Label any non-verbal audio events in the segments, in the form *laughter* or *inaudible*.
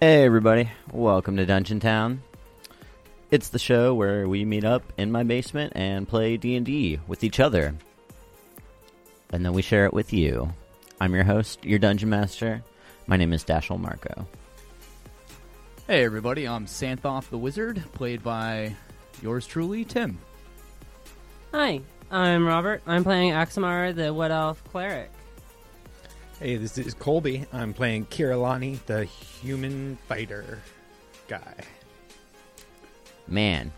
Hey, everybody. Welcome to Dungeon Town. It's the show where we meet up in my basement and play D&D with each other. And then we share it with you. I'm your host, your Dungeon Master. My name is Dashel Marco. Hey everybody, I'm Santhoff the Wizard, played by yours truly, Tim. Hi, I'm Robert. I'm playing Axamar, the Wood Elf Cleric. Hey, this is Colby. I'm playing Kirilani, the human fighter guy. Man.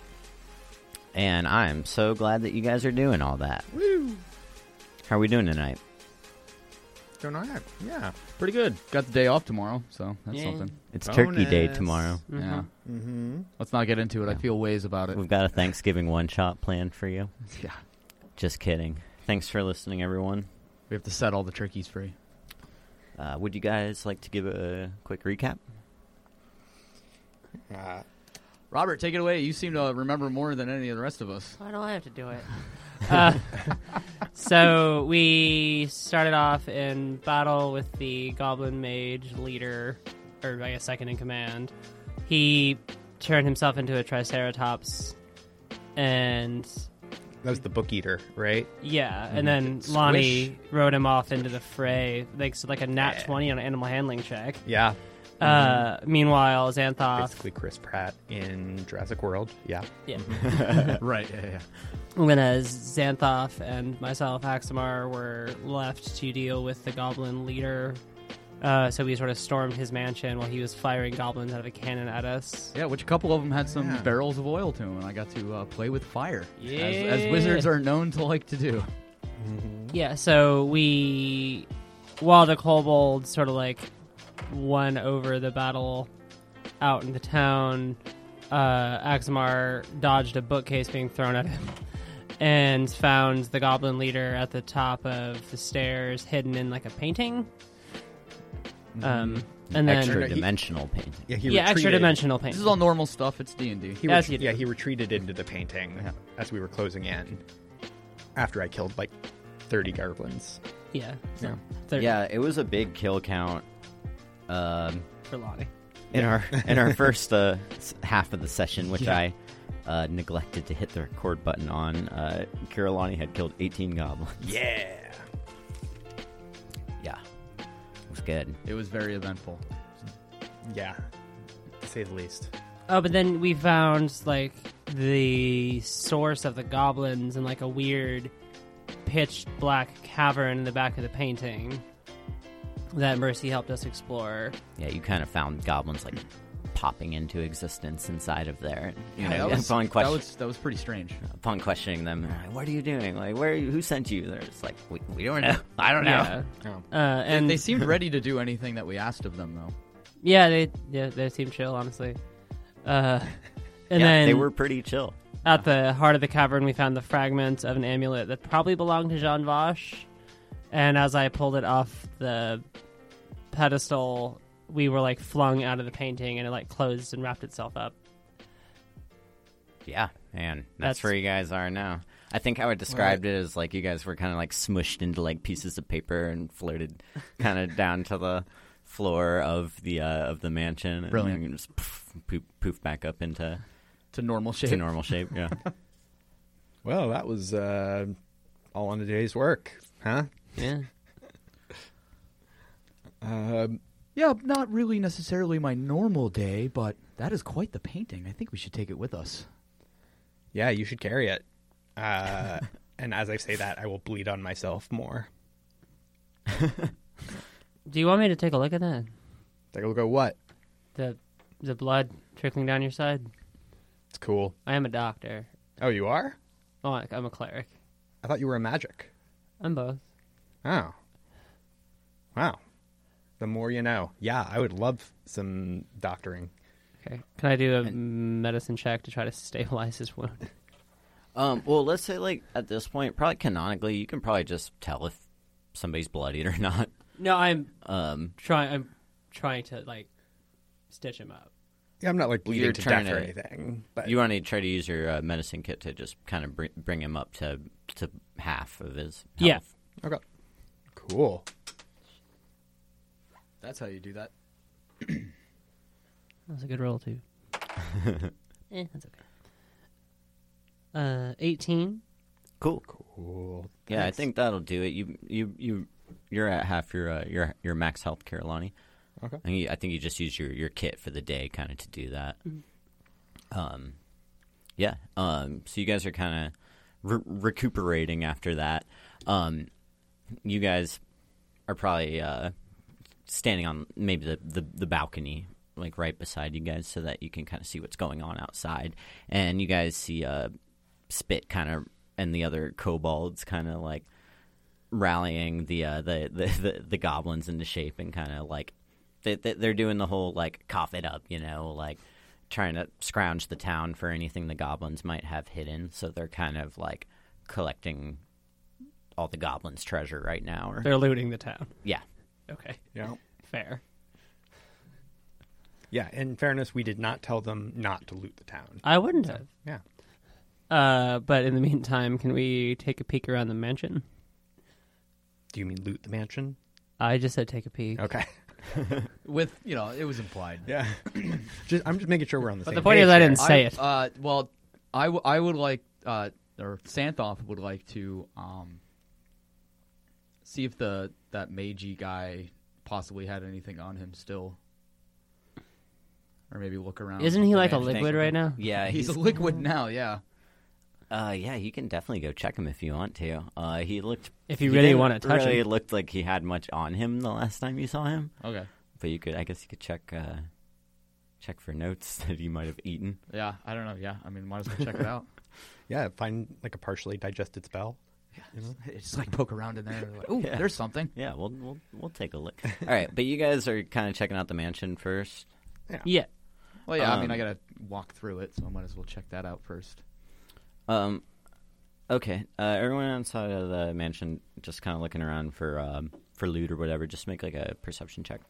And I'm so glad that you guys are doing all that. Woo! How are we doing tonight? Don't know that. Yeah. Pretty good. Got the day off tomorrow, so that's Yeah. something. It's Turkey Day Bonus. tomorrow. Mm-hmm. Yeah. Mm-hmm. Let's not get into it. I Yeah. feel ways about it. *laughs* We've got a Thanksgiving one-shot planned for you. Yeah. Just kidding. Thanks for listening, everyone. We have to set all the turkeys free. Uh, would you guys like to give a quick recap? Uh, Robert, take it away. You seem to remember more than any of the rest of *laughs* us. Why do I have to do it? uh, so we started off in battle with the goblin mage leader, or I guess second in command. He turned himself into a triceratops, and that was the book eater, right? yeah, and then Squish. Lonnie rode him off into the fray, like so like a nat Yeah. Mm-hmm. twenty on an animal handling check. Yeah. Uh, meanwhile, Xanthoth Basically, Chris Pratt in Jurassic World. Yeah. Yeah. right, yeah, yeah. Whereas Xanthoff uh, and myself, Axamar, were left to deal with the goblin leader. Uh, so we sort of stormed his mansion while he was firing goblins out of a cannon at us. Yeah, which a couple of them had some Yeah. barrels of oil to them, and I got to uh, play with fire. As, as Yeah. wizards are known to like to do. Yeah, so we. While the kobold sort of like won over the battle out in the town, uh, Axamar dodged a bookcase being thrown at him *laughs* and found the goblin leader at the top of the stairs hidden in like a painting. Um, and then. Extra No, no, he- dimensional painting. Yeah, he yeah, extra retreated- dimensional painting. This is all normal stuff. It's D&D. He As ret- you do. yeah, he retreated into the painting as we were closing in after I killed like 30 goblins. Yeah. So Yeah. thirty Yeah, it was a big kill count. Um, for Lonnie. in our in our first uh, s- half of the session, which Yeah. I uh, neglected to hit the record button on, uh, Kirillani had killed 18 goblins. *laughs* Yeah. Yeah, it was good. It was very eventful. Yeah. To say the least. Oh, but then we found like the source of the goblins in like a weird pitch black cavern in the back of the painting that Mercy helped us explore. Yeah, you kind of found goblins like popping into existence inside of there. You Yeah, know, that, was, upon, that, question, was, that was pretty strange. upon questioning them, they're like, what are you doing? Like, where? Are you, who sent you? They're just like, we, we don't know. I don't know. Yeah. Oh. Uh, and They *laughs* seemed ready to do anything that we asked of them, though. yeah, they yeah, they seemed chill, honestly. Uh, and Yeah, then they were pretty chill. At the heart of the cavern, we found the fragment of an amulet that probably belonged to Jean Vache. And as I pulled it off the pedestal, we were like flung out of the painting and it like closed and wrapped itself up. Yeah, man, that's, That's- where you guys are now. I think how I described it is like you guys were kind of like smushed into like pieces of paper and *laughs* floated kind of down to the floor of the uh, of the mansion. And Brilliant. then just poof, poof, poof back up *laughs* into To normal shape. to normal shape. Yeah. Well, that was uh, all on the day's work, huh? Yeah. Um, Yeah, not really necessarily my normal day, but that is quite the painting. I think we should take it with us. yeah, you should carry it. Uh, *laughs* and as I say that, I will bleed on myself more. Do you want me to take a look at that? Take a look at what? The the blood trickling down your side? It's cool. I am a doctor. Oh, you are? Oh, I- I'm a cleric. I thought you were a magic. I'm both. Oh. Wow. The more you know. Yeah, I would love some doctoring. Okay. Can I do a medicine check to try to stabilize his wound? um, well, let's say like at this point, probably canonically, you can probably just tell if somebody's bloodied or *laughs* not. No, I'm Um, trying I'm trying to like stitch him up. Yeah, I'm not like bleeding You're to trying death or to- anything. But you want to try to use your uh, medicine kit to just kind of bring, bring him up to to half of his. Health. Yeah. okay. Cool. That's how you do that. That was a good roll *laughs* too. eh, that's okay. Uh, eighteen. Cool. Cool. Yeah, I think that'll do it. You you you you're at half your uh, your your max health, Carolani. Okay. And you, I think you just use your your kit for the day, kind of to do that. Um, yeah. Um, so you guys are kind of re- recuperating after that. Um, you guys are probably uh, standing on maybe the, the, the balcony, like right beside you guys, so that you can kind of see what's going on outside. And you guys see uh, Spit kind of and the other kobolds kind of like rallying the, uh, the, *laughs* the, the the goblins into shape and kind of like they, they, they're doing the whole like cough it up, you know, like trying to scrounge the town for anything the goblins might have hidden. So they're kind of like collecting all the goblins' treasure right now. Or They're looting the town. yeah, Okay, Yeah. fair. Yeah. In fairness, we did not tell them not to loot the town. I wouldn't have. Yeah. Uh, but in the meantime, can we take a peek around the mansion? Do you mean loot the mansion? I just said take a peek. Okay. With you know, it was implied. Yeah. *clears throat* just, I'm just making sure we're on the But same. the point page is, I here. didn't say it. Uh, well, I, w- I would like, uh, or Santhoff would like to um, see if the that Meiji guy possibly had anything on him still, or maybe look around. Isn't he like a Yeah, liquid right now? yeah, *laughs* He's, a liquid now. Yeah. Uh, yeah, you can definitely go check him if you want to. Uh, he looked. If you he really didn't want to touch really him. looked like he had much on him the last time you saw him. Okay. But you could, I guess, you could check, uh, check for notes *laughs* that he might have eaten. Yeah. I don't know. Yeah. I mean, might as well check it *laughs* out. Yeah. Find like a partially digested spell. Just like poke around in there. and *laughs* Like, Ooh, Yeah. there's something. Yeah, we'll we'll we'll take a *laughs* look. All right, but you guys are kind of checking out the mansion first. Yeah. Well, yeah. I mean, Um, I gotta walk through it, so I might as well check that out first. Um, okay. Uh, everyone outside of the mansion, just kind of looking around for um, for loot or whatever. Just make like a perception check.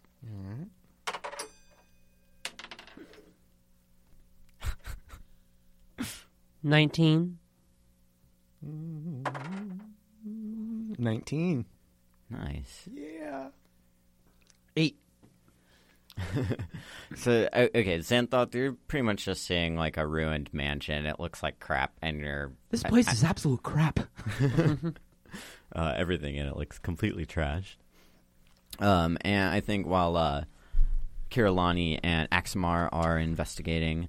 Nineteen. 19. Nice. Yeah. Eight. *laughs* So o- okay, Xanthoth, you're pretty much just seeing like a ruined mansion. It looks like crap, and you're This place is absolute crap. uh, everything in it looks completely trashed. Um, and I think while uh, Kirillani and Axamar are investigating,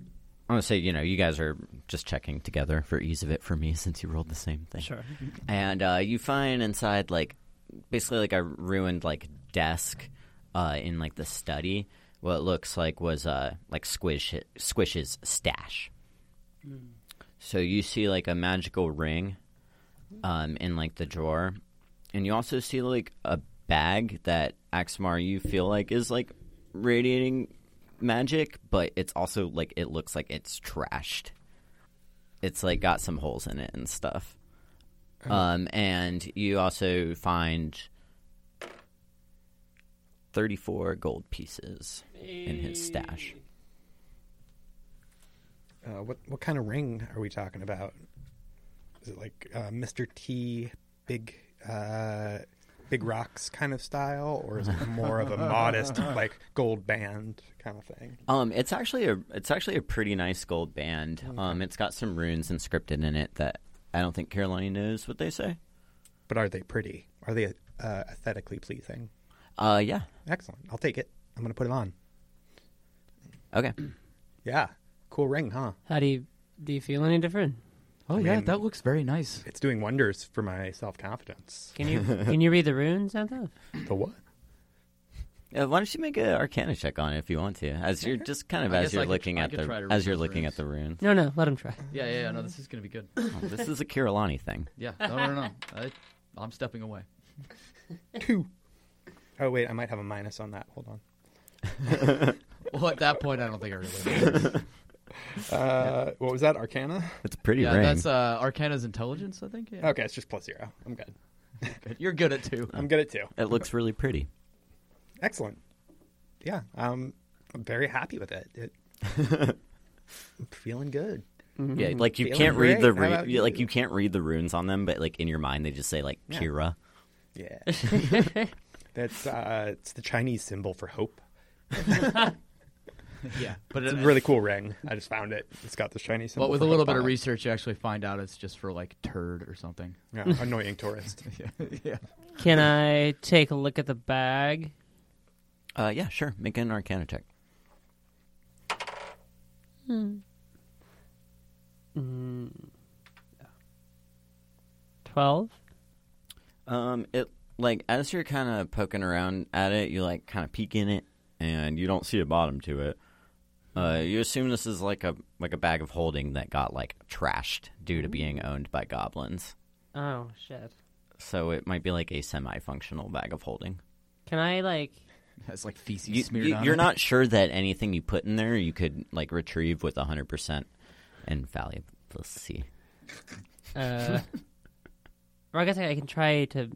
I'm gonna say you know you guys are just checking together for ease of it for me *laughs* since you rolled the same thing. Sure. *laughs* and uh, you find inside like basically like a ruined like desk uh, in like the study what looks like was uh, like squish squish's stash so you see like a magical ring um, in like the drawer and you also see like a bag that axmar you feel like is like radiating magic but it's also like it looks like it's trashed it's like got some holes in it and stuff um, and you also find 34 gold pieces in his stash. Uh, what what kind of ring are we talking about? Is it like uh, Mr. T big uh, big rocks kind of style, or is it more of a modest like gold band kind of thing? Um, it's actually a it's actually a pretty nice gold band. Oh, Um, it's got some runes inscripted in it that I don't think Carolina knows what they say. But are they pretty? Are they uh, aesthetically pleasing? Uh, yeah, Excellent. I'll take it. I'm gonna put it on. *clears throat* okay. Yeah, cool ring, huh? How do you do? You feel any different? Oh I yeah, mean- that looks very nice. It's doing wonders for my self confidence. Can *laughs* you can you read the runes out though? The what? Uh, why don't you make an Arcana check on it if you want to? As you're just kind of I as guess you're I could- looking I at could try to the read as you're those looking runes. at the runes. No, no. Let him try. *laughs* Yeah, yeah, yeah. No, this is gonna be good. *laughs* Oh, this is a Kirillani thing. Yeah, no, no, no. *laughs* I, I'm stepping away. Oh wait, I might have a minus on that. Hold on. Well, at that point, I don't think I really. *laughs* Know. Uh, what was that? Arcana. It's a pretty Yeah, ring. that's uh, Arcana's intelligence, I think. Yeah, Okay, it's just plus zero. I'm good. Oh, Good. you're good at *laughs* two. I'm good at two. It looks really pretty. Oh. Excellent. Yeah, um, I'm very happy with it. it *laughs* I'm feeling good. Mm-hmm. Yeah, like you Feeling can't read the great. How ru- about yeah, like you? you can't read the runes on them, but like in your mind they just say like Yeah. Kira. *laughs* Yeah, that's uh, it's the Chinese symbol for hope. yeah, but It's it, a really cool ring. I just found it. It's got the shiny symbol. But with for a little Hellbot. bit of research, you actually find out it's just for like turd or something. *laughs* Yeah, annoying tourist. yeah, yeah. Can I take a look at the bag? Uh, yeah, sure. Make an Arcana check. Twelve. Um, it like as you're kind of poking around at it, you like kind of peek in it, and you don't see a bottom to it. Uh, you assume this is like a like a bag of holding that got like trashed due to being owned by goblins. Oh shit! So it might be like a semi-functional bag of holding. Can I like? It's like feces You, smeared on are it. not sure that anything you put in there you could like retrieve with hundred percent infallibility. Uh, *laughs* or I guess I, I can try to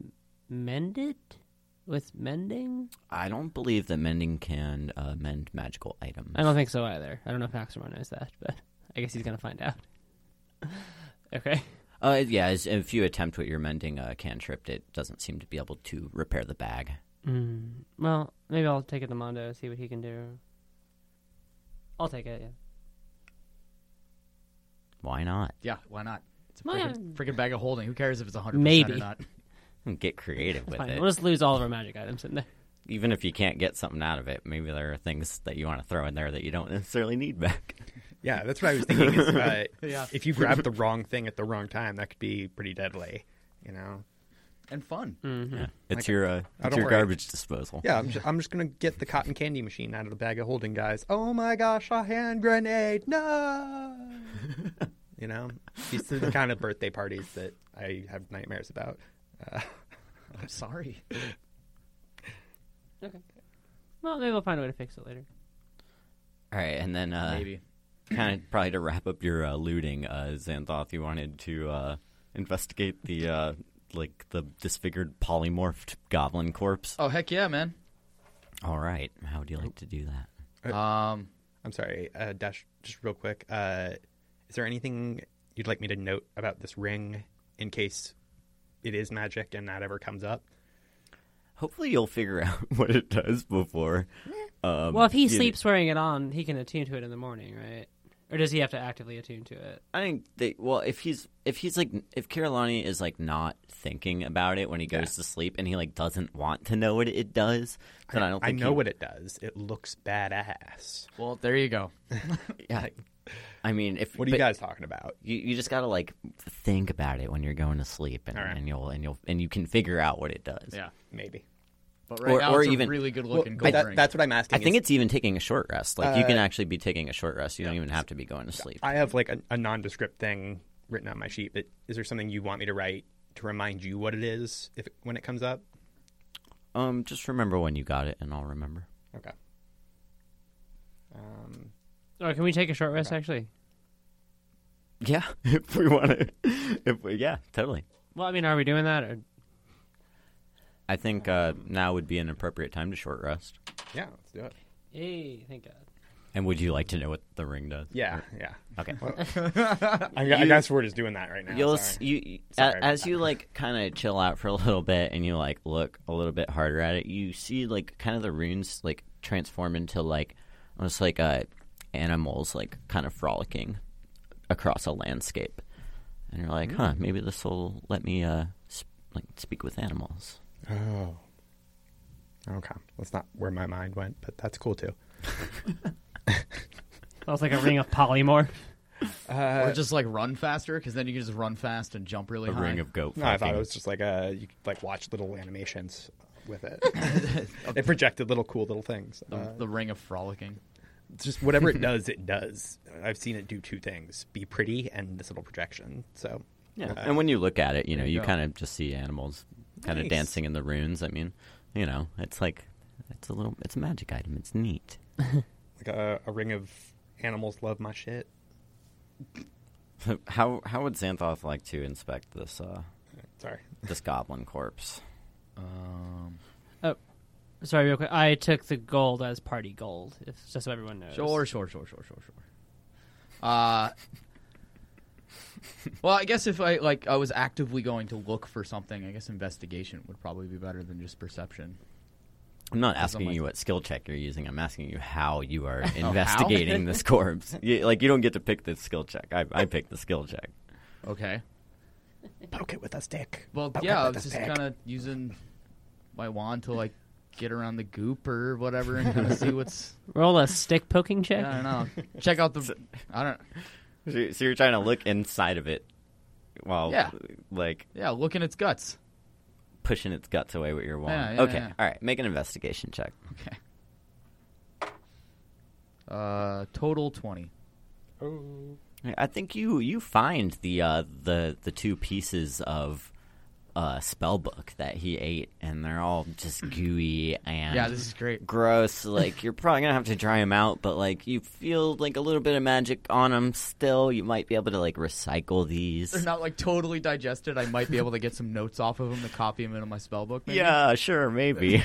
mend it with mending. I don't believe that mending can uh, mend magical items. I don't think so either. I don't know if Axelmar knows that, but I guess he's gonna find out. *laughs* okay. Uh, yeah, as, if you attempt what you're mending a cantrip, it doesn't seem to be able to repair the bag. Hmm. Mm, well, maybe I'll take it to Mondo see what he can do. I'll take it. Yeah. Why not? Yeah, why not? It's a Why freaking, not? freaking bag of holding. Who cares if it's 100% Maybe. or not? Get creative with Fine. it. We'll just lose all of our magic items in there. Even if you can't get something out of it, maybe there are things that you want to throw in there that you don't necessarily need back. Yeah, that's what I was thinking. Is, uh, *laughs* Yeah. If you grab the wrong thing at the wrong time, that could be pretty deadly. You know. And fun. Mm-hmm. Yeah. It's your uh, it's don't your worry. garbage disposal. Yeah, I'm just, I'm just gonna get the cotton candy machine out of the bag of holding, guys. Oh my gosh, a hand grenade! *laughs* No. you know, these are the kind of birthday parties that I have nightmares about. Uh, *laughs* I'm sorry. Okay. Well, maybe we'll find a way to fix it later. All right, and then uh, Maybe. kind of probably to wrap up your uh, looting, uh, Xanthoth, you wanted to uh, investigate the uh, like the disfigured polymorphed goblin corpse. Oh, heck yeah, man. All right, how would you like to do that? Um, I'm sorry, uh, Dash. Just real quick, uh, is there anything you'd like me to note about this ring in case it is magic and that ever comes up? Hopefully, you'll figure *laughs* out what it does before. Um, well, if he you- sleeps wearing it on, he can attune to it in the morning, right? Or does he have to actively attune to it? I think they well if he's if he's like if Carolani is like not thinking about it when he goes Yeah. to sleep and he like doesn't want to know what it does, then I, don't I think know he- what it does. It looks badass. well, there *laughs* you go. yeah. I mean, if What are you but guys talking about? You, you just gotta like think about it when you're going to sleep, and, All right. and you'll and you'll and you can figure out what it does. Yeah. Maybe. But right Or- now, or it's even- a really good looking Well, gold that- ring. that's what I'm I asking. think is- it's even taking a short rest. Like you Uh, can actually be taking a short rest. You don't even have to be going to sleep. I have like a, a nondescript thing written on my sheet. But is there something you want me to write to remind you what it is if when it comes up? Um, just remember when you got it, and I'll remember. Okay. Um, Or can we take a short rest, actually? Yeah, *laughs* if we want to, if we, yeah, totally. Well, I mean, are we doing that? Or... I think uh, now would be an appropriate time to short rest. yeah, let's do it. Hey, thank God. And would you like to know what the ring does? Yeah, yeah. Okay. *laughs* I, gu- I guess we're just doing that right now. You'll s- sorry. you you- Sorry a- about as that. you like kind of chill out for a *laughs* little bit and you like look a little bit harder at it. You see like kind of the runes like transform into like almost like uh, animals like kind of frolicking across a landscape, and you're Hmm. like, huh, maybe this will let me uh sp- like speak with animals. Oh. Okay. That's not where my mind went, but that's cool too. That was like a ring of polymorph. or just like run faster, because then you can just run fast and jump really A high. ring of goat. No, I thought fucking. it was just like uh you could like watch little animations with it. it projected little cool little things. the, Uh, the ring of frolicking. just *laughs* whatever it does, it does. I've seen it do two things: be pretty and this little projection. So Yeah, uh, and when you look at it, you know, There you you go. kind of just see animals kind of Nice. dancing in the runes. I mean, you know, it's like it's a little it's a magic item. It's neat. like a, a ring of animals love my shit. *laughs* how how would Xanthoth like to inspect this uh Sorry. this goblin corpse? Um, Oh, *laughs* sorry, real quick. I took the gold as party gold, if, just so everyone knows. Sure, sure, sure, sure, sure, sure. Uh, well, I guess if I like, I was actively going to look for something. I guess investigation would probably be better than just perception. I'm not Or something asking like Oh, you that. what skill check you're using. I'm asking you how you *laughs* are investigating this corpse. You, like you don't get to pick the skill check. I, I picked the skill check. Okay. Poke it with a stick. Well, Poke yeah, it I with was a just stick. kind of using my wand to like get around the goop or whatever and kind of see what's. Roll a stick poking check. Yeah, I don't know. Check out the. I don't. So, so you're trying to look inside of it while Yeah. like Yeah, look in its guts. pushing its guts away with your wand. Yeah, yeah, okay, yeah. all right. Make an investigation check. Okay. Uh, total twenty. Oh. I think you you find the uh, the the two pieces of uh, spell book that he ate, and they're all just gooey and Mm-hmm. Yeah, this is great. gross. Like you're probably gonna have to dry them out, but like you feel like a little bit of magic on them still. You might be able to like recycle these. They're not like totally digested. I might be able to get some notes off of them to copy them into my spell book. Maybe. yeah, sure, *laughs* maybe.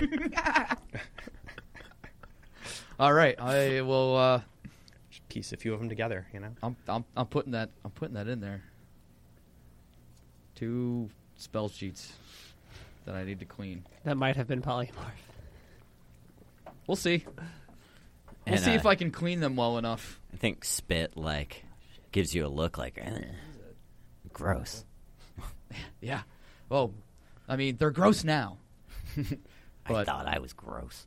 All right. I will. Uh, Just piece a few of them together, you know? I'm, I'm I'm putting that I'm putting that in there. Two spell sheets that I need to clean. That might have been polymorph. We'll see. We'll And, see uh, if I can clean them well enough. I think spit like gives you a look like "Ugh, gross. Yeah. Well, I mean they're gross *laughs* now. I But- thought I was gross.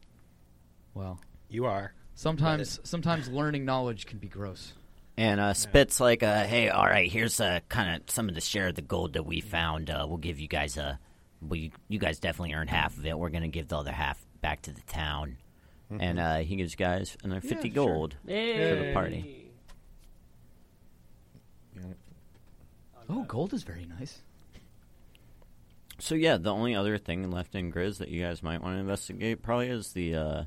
Well, You are. sometimes sometimes learning knowledge can be gross. And uh, Spit's like, uh, "Hey, all right, here's uh, kind of some of the share of the gold that we found. Uh, we'll give you guys a, well, you, you guys definitely earned half of it. We're gonna give the other half back to the town." And uh, he gives you guys another fifty sure. gold. Hey. the party. Oh, gold is very nice. So yeah, the only other thing left in Grizz that you guys might want to investigate probably is the. Uh,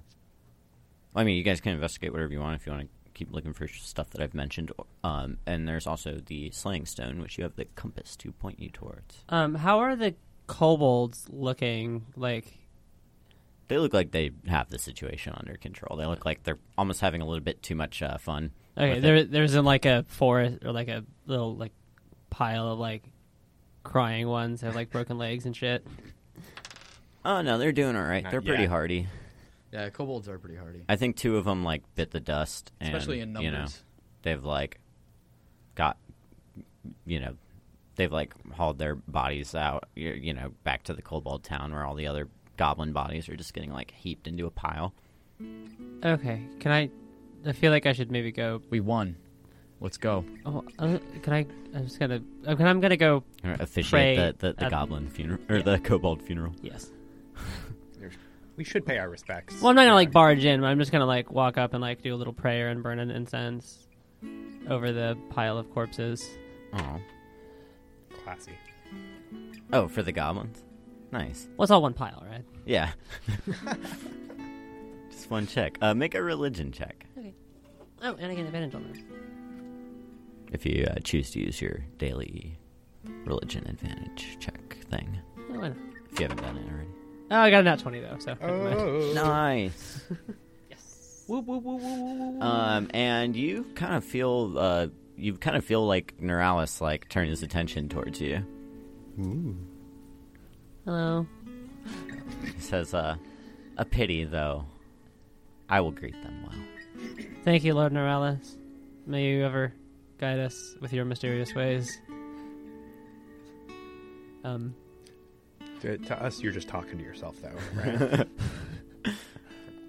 I mean, you guys can investigate whatever you want if you want to keep looking for stuff that I've mentioned. Um, and there's also the slaying stone, which you have the compass to point you towards. Um, how are the kobolds looking? Like, They look like they have the situation under control. They look like they're almost having a little bit too much uh, fun. okay, with there, it. there's in like a forest or like a little like pile of like crying ones that have like broken legs and shit. Oh no, they're doing all right. Not They're pretty yet. hardy. Yeah, kobolds are pretty hardy, I think two of them like bit the dust, and, especially in numbers. You know, they've like got, you know, they've like hauled their bodies out. You, you know, back to the Cobalt town where all the other goblin bodies are just getting like heaped into a pile. Okay, can I? I feel like I should maybe go. We won. Let's go. Oh, uh, can I? I'm just gonna. Okay, I'm gonna go. Or Pray Officiate the, the, the at- goblin funeral or the kobold funeral. Yes. We should pay our respects. Well, I'm not gonna like barge in, but I'm just gonna like walk up and like do a little prayer and burn an incense over the pile of corpses. Oh, *laughs* Classy. oh, for the goblins. Nice. Well, it's all one pile, right? Yeah. *laughs* Just one check. Uh, make a religion check Oh, and I get advantage on that. if you uh, choose to use your daily religion advantage check thing. Oh, why not? If you haven't done it already. Oh, I got a nat 20 though, so. never mind. Oh. Nice. Whoop, whoop, whoop, whoop, whoop, whoop. Um, and you kind of feel uh, you kind of feel like Neuralis like turn his attention towards you. Hello. He says, uh, "A pity though. I will greet them well." Thank you, Lord Norellis. May you ever guide us with your mysterious ways. Um, To, to us, you're just talking to yourself, though, *laughs* right?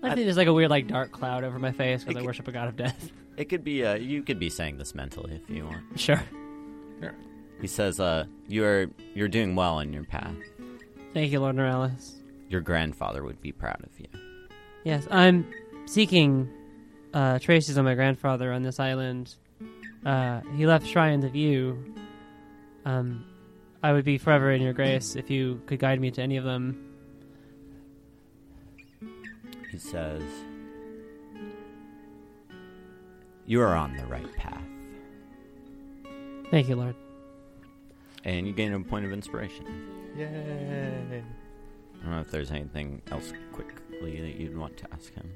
I think there's like a weird, like, dark cloud over my face because I worship a god of death. *laughs* It could be uh, you could be saying this mentally if you want. sure. He says, uh, "You're you're doing well on your path. Thank you, Lord Norellis. Your grandfather would be proud of you." Yes, I'm seeking uh, traces of my grandfather on this island. Uh, he left shrines of you. Um, I would be forever in your grace if you could guide me to any of them. He says, You are on the right path. Thank you, Lord. And you gain a point of inspiration. Yay. I don't know if there's anything else quickly that you'd want to ask him.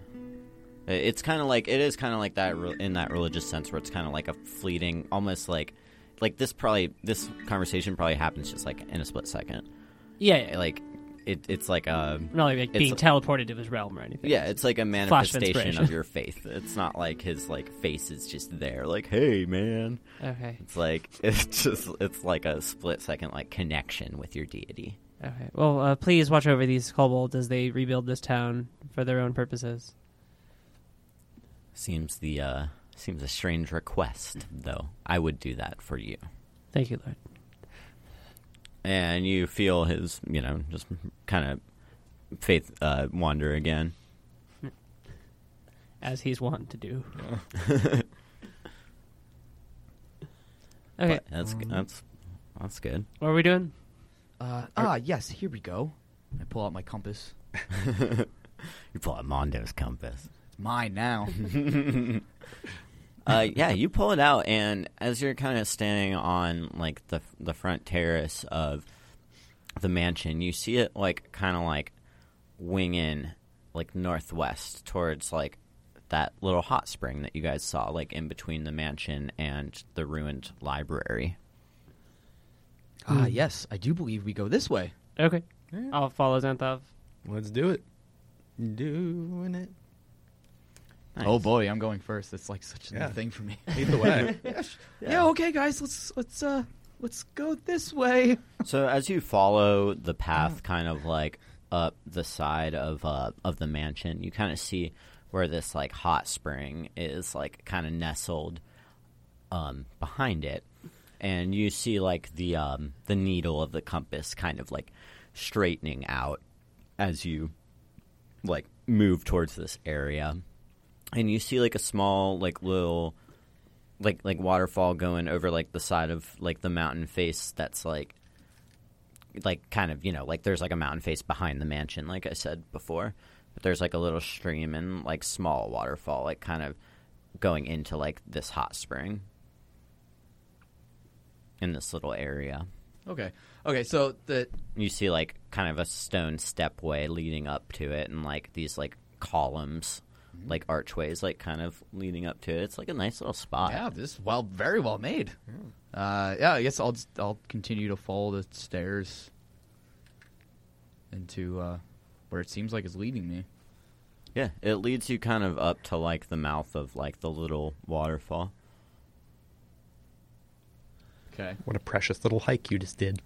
I- It's kind of like, it is kind of like that re- in that religious sense where it's kind of like a fleeting, almost like, like this probably, this conversation probably happens just like in a split second. Yeah, yeah, Like, it, it's like um, a Not like, like It's- being teleported to his realm or anything. yeah, it's like a Flash of manifestation of inspiration. your faith. It's not like his like face is just there, like hey man. Okay. It's like *laughs* it's just it's like a split second like connection with your deity. Okay. Well, uh, please watch over these kobolds as they rebuild this town for their own purposes. Seems the uh, seems a strange request though. I would do that for you. Thank you, Lord. and you feel his, you know, just kind of faith uh, wander again. As he's wont *laughs* to do. okay. But that's that's that's good. What are we doing? Uh, ah, yes, here we go. I pull out my compass. You pull out Mondo's compass. It's mine now. *laughs* Uh, yeah, you pull it out, and as you're kind of standing on like the the front terrace of the mansion, you see it like kind of like winging like northwest towards like that little hot spring that you guys saw, like in between the mansion and the ruined library. ah, yes, I do believe we go this way. Okay. Mm-hmm. Yeah. I'll follow Xanthov. Let's do it. Doing it. Oh boy, I'm going first. It's like such a Yeah. new thing for *laughs* me. Lead *laughs* the way. yeah, okay, guys, let's let's uh let's go this way. So as you follow the path, kind of like up the side of uh, of the mansion, you kind of see where this like hot spring is, like kind of nestled um, behind it, and you see like the um, the needle of the compass kind of like straightening out as you like move towards this area, and you see like a small like little like like waterfall going over like the side of like the mountain face that's like like kind of you know like there's like a mountain face behind the mansion like i said before but there's like a little stream and like small waterfall like kind of going into like this hot spring in this little area Okay. Okay, so the you see like kind of a stone stepway leading up to it and like these like columns like archways like kind of leading up to it it's like a nice little spot yeah, this is well very well made. Uh yeah, I guess I'll just, I'll continue to follow the stairs into uh where it seems like it's leading me. Yeah, it leads you kind of up to like the mouth of like the little waterfall. *laughs* Okay. What a precious little hike you just did.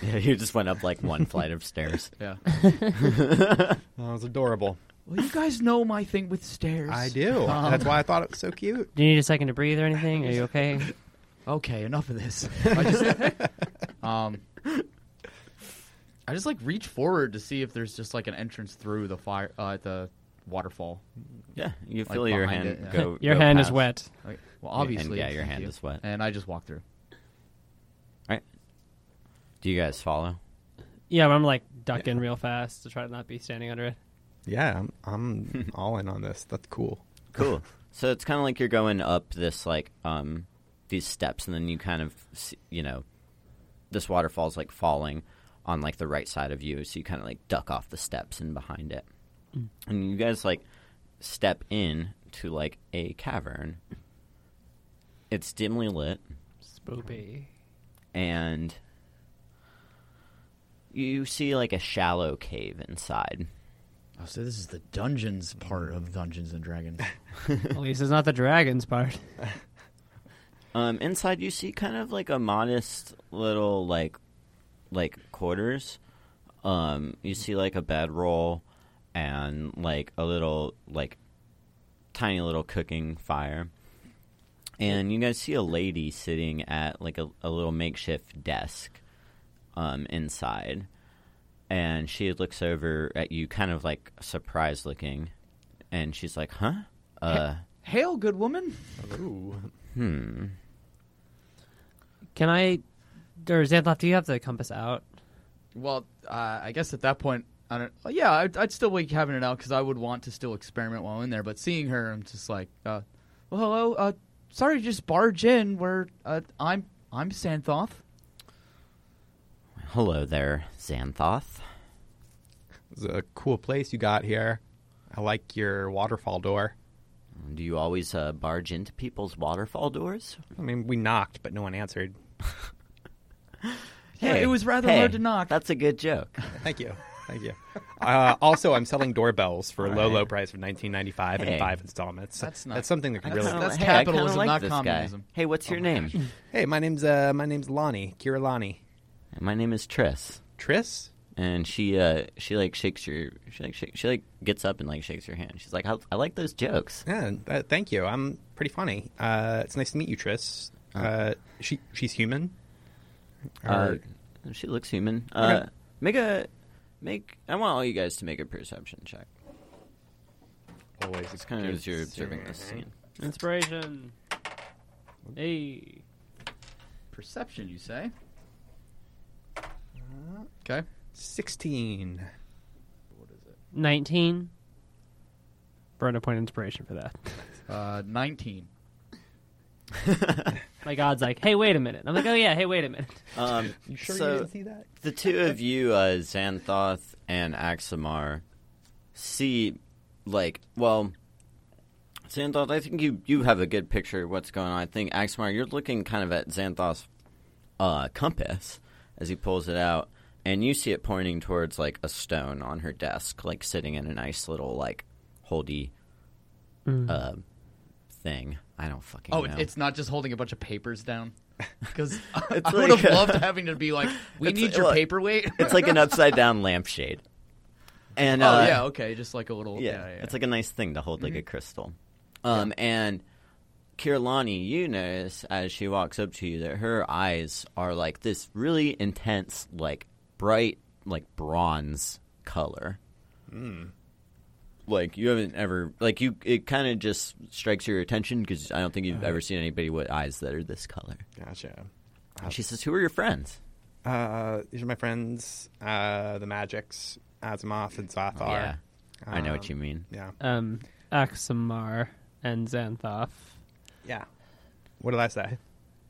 Yeah, you just went up like one flight of stairs. Yeah. That was adorable. *laughs* well, you guys know my thing with stairs. I do. Um, That's why I thought it was so cute. Do you need a second to breathe or anything? Are you okay? Okay, enough *laughs* of this. I just, um, I just like reach forward to see if there's just like an entrance through the fire, uh, the waterfall. Yeah, you Like, feel your behind hand it, *laughs* yeah. go. *laughs* Your go hand is past. wet. Like, well, and- obviously, yeah, your thank hand you. is wet. and I just walk through. Do you guys follow? Yeah, but I'm like ducking real fast to try to not be standing under it. Yeah, I'm, *laughs* I'm all in on this. That's cool. Cool. so it's kind of like you're going up this like um these steps, and then you kind of see, you know this waterfall's like falling on like the right side of you, so you kind of like duck off the steps and behind it, Mm. and you guys like step in to like a cavern. It's dimly lit. Spoopy. and you see like a shallow cave inside. Oh, so this is the dungeons part of Dungeons and Dragons. At least it's not the dragons part. Um, inside you see kind of like a modest little like like quarters. Um, you see like a bedroll and like a little like tiny little cooking fire. And you guys see a lady sitting at like a, a little makeshift desk um, inside. And she looks over at you kind of like surprised looking and she's like, "Huh? Uh *laughs* Hail, good woman. *laughs* Ooh. hmm. Can I, or Xanthov, do you have the compass out? Well, uh, I guess at that point, I don't. well, Yeah, I'd, I'd still be having it out because I would want to still experiment while in there. But seeing her, I'm just like, uh, well, hello. Uh, sorry to just barge in. Where uh, I'm, I'm Santhoth. Hello there, Xanthoth." It's a cool place you got here. I like your waterfall door. Do you always uh, barge into people's waterfall doors? I mean, we knocked, but no one answered. Yeah, it was rather hey, hard to knock. *laughs* That's a good joke. Thank you. *laughs* Thank you. Uh, also, I'm selling doorbells for a low, right. low price of 19.95 Hey. in five installments. That's not- something that can that's really. not- hey, I kinda capitalism, like not this communism. Oh Guy. Hey, what's your name? *laughs* Hey, my name's uh, my name's Lonnie Kirilani. my name is Triss. Tris. and she uh she like shakes your she like shake, she like gets up and like shakes your hand. She's like, I, I like those jokes. Yeah, uh, thank you. I'm pretty funny. Uh, it's nice to meet you, Tris. Uh, she she's human. Uh, Or- she looks human. Uh, Okay. Make a make. I want all you guys to make a perception check. always It's kind of as you're observing this *laughs* scene. *laughs* Inspiration. Hey. Perception, you say? Okay. Sixteen. 19. Burned a point of inspiration for that. Uh, 19. My god's like, hey, wait a minute. I'm like, oh yeah, hey, wait a minute. Um, You sure so you didn't see that? the two of you, uh, Xanthoth and Axamar, see like well. Xanthoth, I think you, you have a good picture of what's going on. I think Axmar, you're looking kind of at Xanthoth's uh, compass as he pulls it out, and you see it pointing towards like a stone on her desk, like sitting in a nice little like holdy uh, thing. I don't fucking. Oh, know. it it's not just holding a bunch of papers *laughs* down. Because *laughs* I, It's would like- have loved having to be like, *laughs* we It's need like- your look, paperweight. it's like an upside down *laughs* lampshade, and oh uh, yeah, okay, just like a little. Yeah, yeah, yeah, it's like a nice thing to hold like a crystal. Um, and Kirlani, you notice as she walks up to you that her eyes are like this really intense, like bright, like bronze color. Like you haven't ever like you. It kind of just strikes your attention because I don't think you've ever seen anybody with eyes that are this color. Gotcha. And she says, "Who are your friends?" Uh, these are my friends, uh, the Magics, Azimuth and Zathar. yeah, I know what Um, you mean. Yeah. Um, Axamar and Xanthoff. Yeah. What did I say?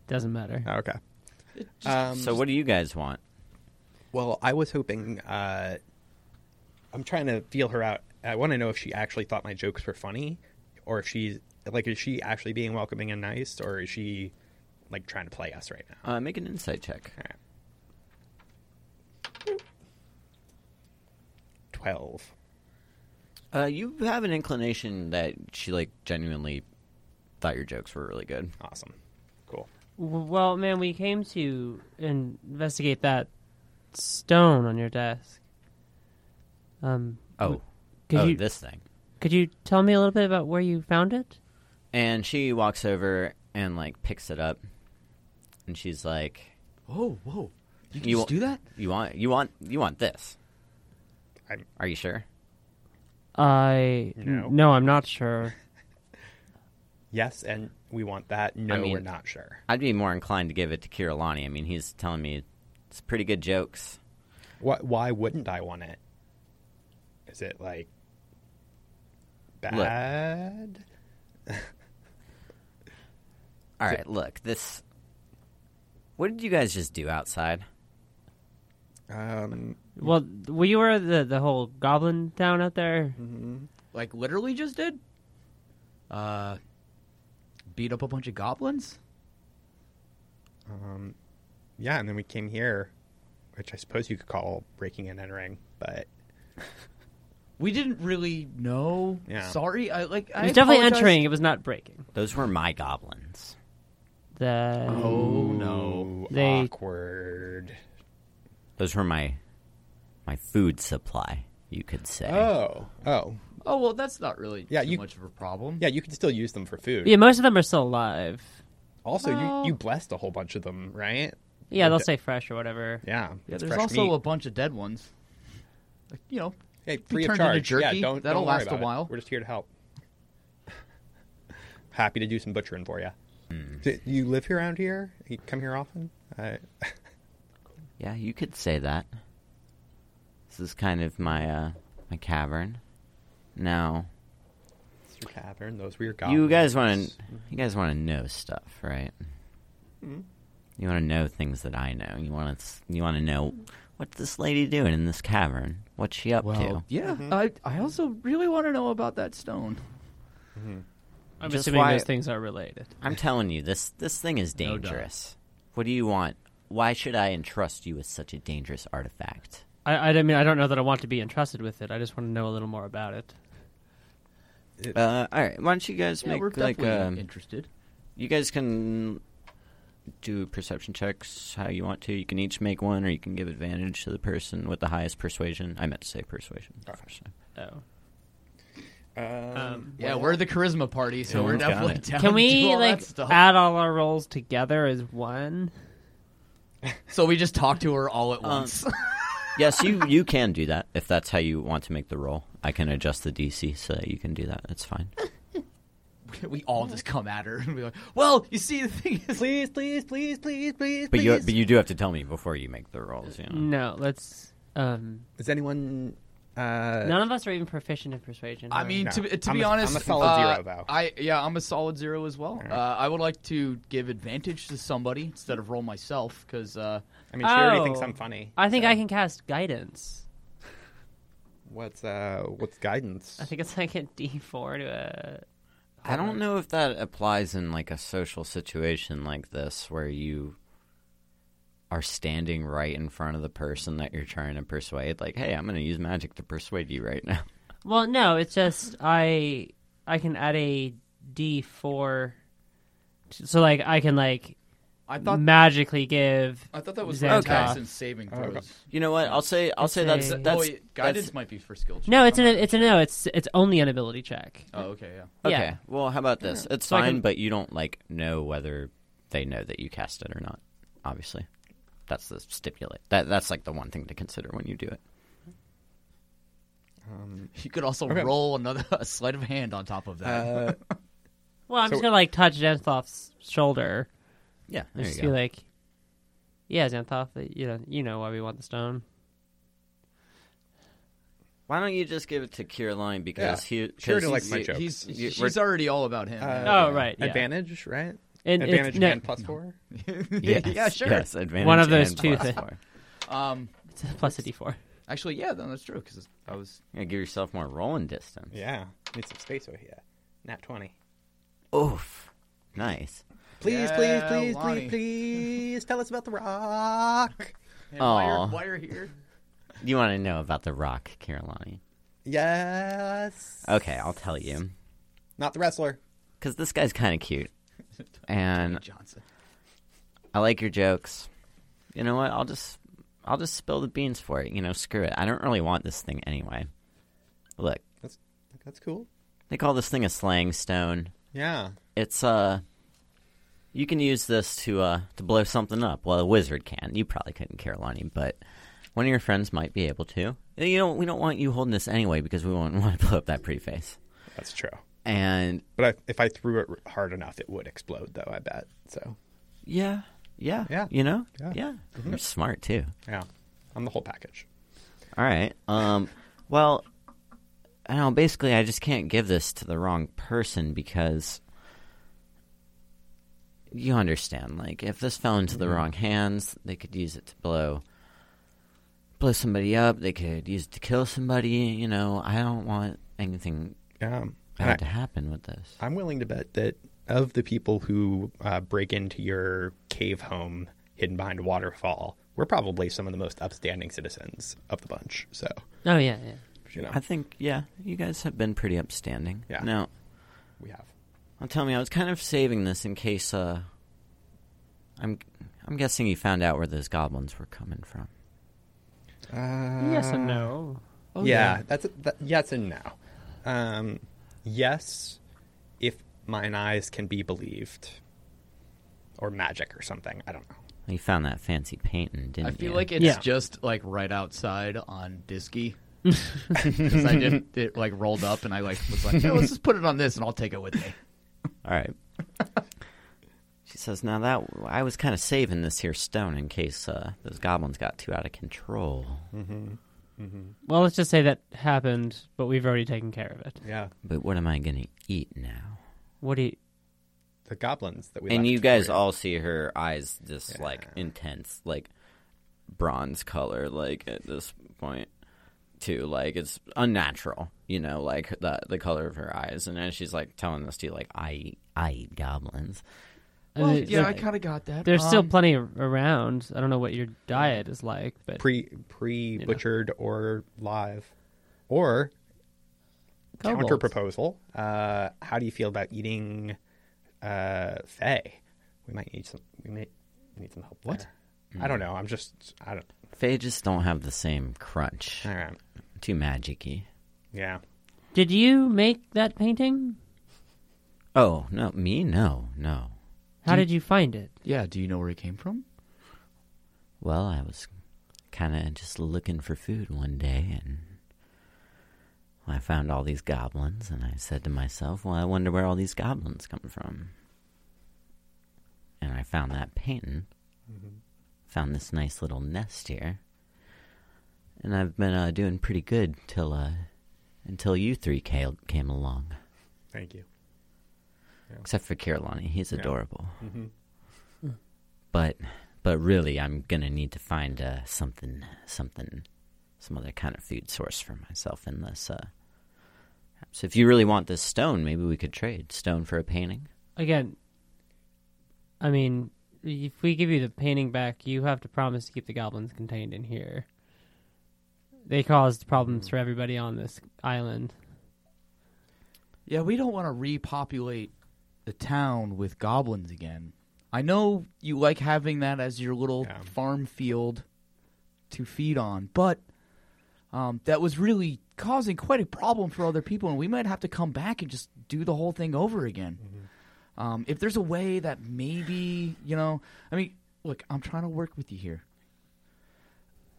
Doesn't matter. Oh, okay. It just- Um, so, what do you guys want? Well, I was hoping. Uh, I'm trying to feel her out. I want to know if she actually thought my jokes were funny, or if she's like, is she actually being welcoming and nice, or is she like trying to play us right now? Uh, make an insight check. All right. Twelve. Uh, you have an inclination that she like genuinely thought your jokes were really good. Awesome. Cool. W- Well, man, we came to investigate that stone on your desk. Um, Oh, could oh, you this thing. could you tell me a little bit about where you found it? And she walks over and like picks it up, and she's like, whoa, whoa! You can You just wa- do that? "You want, you want, you want this? I'm- Are you sure? I No. no, I'm *laughs* not sure. Yes, and we want that. No, I mean- we're not sure. I'd be more inclined to give it to Kirillani. I mean, he's telling me it's pretty good jokes. Why, why wouldn't I want it? Is it like bad? All right, look, this. What did you guys just do outside? Um, well, were you were the the whole goblin town out there? Like literally just did? Uh, beat up a bunch of goblins. um, yeah, and then we came here, which I suppose you could call breaking and entering, but We didn't really know. Yeah. Sorry, I like. It I was definitely apologize. entering. It was not breaking. Those were my goblins. The Oh no! Ooh, They- awkward. Those were my my food supply, you could say. Oh, oh, Oh well, that's not really Yeah, too you- much of a problem. yeah. You can still use them for food. yeah, Oh. most of them are still alive. Also, Well- you you blessed a whole bunch of them, right? Yeah, they'll Yeah. stay fresh or whatever. Yeah, Yeah, it's there's fresh also meat. a bunch of dead ones. Like, you know, hey, free of turned into charge. jerky, yeah, don't that'll don't worry last a about it. while. We're just here to help. *laughs* Happy to do some butchering for you. Hmm. Do you live here around here? You come here often? I *laughs* Yeah, you could say that. This is kind of my uh my cavern. Now, it's your tavern. Those were your goblins. you guys want to you guys want to know stuff, right? Hmm? You want to know things that I know. You want to you want to know what's this lady doing in this cavern? What's she up to? yeah. Mm-hmm. I I also really want to know about that stone. I'm Just assuming why- those things are related. I'm telling you, this this thing is *laughs* No doubt. dangerous. what do you want? Why should I entrust you with such a dangerous artifact? I, I don't mean, I don't know that I want to be entrusted with it. I just want to know a little more about it. Uh, all right, why don't you guys Yeah, we're make like definitely um, interested. You guys can do perception checks how you want to. You can each make one, or you can give advantage to the person with the highest persuasion. I meant to say persuasion. first. Oh. Um, Um, Yeah, we're the charisma party, so Yeah, we're we've got definitely it. down to Can do we all like that stuff. add all our rolls together as one? so we just talk to her all at Um, once. *laughs* yes, you you can do that if that's how you want to make the roll. I can adjust the DC so that you can do that. That's fine. we all just come at her and be like, "Well, you see, the thing is, please, please, please, please, please. But you please. but you do have to tell me before you make the rolls. You know. No, let's. Um, Is anyone? Uh, none of us are even proficient in persuasion. I are we? mean, No. to, to I'm be a- honest, I'm a solid uh, zero, though. I yeah, I'm a solid zero as well. Uh, I would like to give advantage to somebody instead of roll myself because uh, I mean, she already Oh. thinks I'm funny. I think so. I can cast guidance. What's uh, what's guidance? I think it's like a D four to a. I don't know if that applies in like a social situation like this where you are standing right in front of the person that you're trying to persuade. Like, hey, I'm going to use magic to persuade you right now. Well, no, it's just I I can add a D four, so like I can like I thought magically give. I thought that was Zantoff. Zantoff. Tyson's saving Oh, throws. You know what? I'll say I'll It's say that's a- that's oh, wait, guidance that's- might be for skill. check. No, it's I'm an not it's a no. It's it's only an ability check. sure. Oh, okay, yeah. okay. yeah. Well, how about this? It's So I fine, can- but you don't like know whether they know that you cast it or not. Obviously, that's the stipulate. That that's like the one thing to consider when you do it. You could also Okay. roll another *laughs* a sleight of hand on top of that. Uh, Well, I'm So- just gonna like touch Xanthoff's shoulder. Yeah, there Just you be go. like, yeah, Xanthoff, you know you know why we want the stone. Why don't you just give it to Kierline because he Kira didn't 'cause like my he- *laughs* joke. He's you- she's already all about him. uh, yeah. Oh, right, yeah. Advantage, right? And it's- advantage no, and plus four. Yes, yeah, sure. Yes, advantage One of those and two plus thi- four. Um, it's a plus a D four. actually, yeah, then that's true because I was Yeah, give yourself more rolling distance. Yeah, need some space over here. Nat twenty. Oof. Nice. Please, please, Yeah, please, Lonnie. please, please, tell us about the *laughs* rock. and wire, Aw. wire here. You want to know about the rock, Carolina? Yes. Okay, I'll tell you. Not the wrestler. Because this guy's kind of cute. And Johnson. I like your jokes. You know what? I'll just I'll just spill the beans for it. You know, screw it. I don't really want this thing anyway. Look, That's that's cool. they call this thing a slang stone. Yeah. It's uh you can use this to uh to blow something up. Well, a wizard can. You probably couldn't, Carolani, but one of your friends might be able to. You know, we don't want you holding this anyway because we won't *laughs* want to blow up that pretty face. That's true. And But I, if I threw it r- hard enough, it would explode, though. I bet. So yeah, yeah, Yeah. You know, Yeah. Mm-hmm. You're smart too. yeah, I'm the whole package. All right. Um. Well, I don't know. Basically, I just can't give this to the wrong person because you understand. Like, if this fell into the wrong hands, they could use it to blow blow somebody up. They could use it to kill somebody. You know, I don't want anything Um, and bad I, to happen with this. I'm willing to bet that of the people who uh, break into your cave home hidden behind a waterfall, we're probably some of the most upstanding citizens of the bunch. So Oh yeah, yeah. you know, I think, yeah, you guys have been pretty upstanding. Yeah. Now, we have. Well, tell me, I was kind of saving this in case. Uh, I'm, I'm guessing you found out where those goblins were coming from. Uh, yes and no. Oh, yeah, that's a, that, yes and no. Um, yes, if mine eyes can be believed, or magic or something. I don't know. You found that fancy painting, didn't I you? feel like it's Yeah. just like right outside on Disky. Because I just it like rolled up and I like was like, "No, let's just put it on this and I'll take it with me. All *laughs* right. she says, "Now that I was kind of saving this here stone in case uh, those goblins got too out of control." Well, let's just say that happened, but we've already taken care of it. Yeah, But what am I going to eat now? What do you? the goblins that we and left you guys free. all see her eyes just Yeah. like intense like bronze color like at this point too like it's unnatural you know like the the color of her eyes and then she's like telling this to you like i i eat goblins I Well, mean, yeah, there- I kind of got that. uh, There's still Um, plenty ar- around. I don't know what your diet is like, but pre pre butchered or live, or kobolds. counter proposal. Uh, how do you feel about eating uh, fey? We might need some. We may need some help. What? I don't know. I'm just. I don't. They just don't have the same crunch. All right. Too magicy. Yeah. Did you make that painting? Oh no, me no, no. How did you find it? Yeah. Do you know where it came from? Well, I was kind of just looking for food one day, and I found all these goblins, and I said to myself, "Well, I wonder where all these goblins come from." And I found that painting. Found this nice little nest here, and I've been uh, doing pretty good till uh, until you three came, came along. Thank you. except for Kirlani. He's adorable. Mm-hmm. But but really, I'm gonna need to find uh, something something some other kind of food source for myself in this. Uh, so if you really want this stone, maybe we could trade stone for a painting. Again, I mean, if we give you the painting back, you have to promise to keep the goblins contained in here. They caused problems Hmm. for everybody on this island. Yeah, we don't want to repopulate the town with goblins again. I know you like having that as your little Yeah. farm field to feed on, but um, that was really causing quite a problem for other people, and we might have to come back and just do the whole thing over again. Um, if there's a way that maybe, you know, I mean, look, I'm trying to work with you here.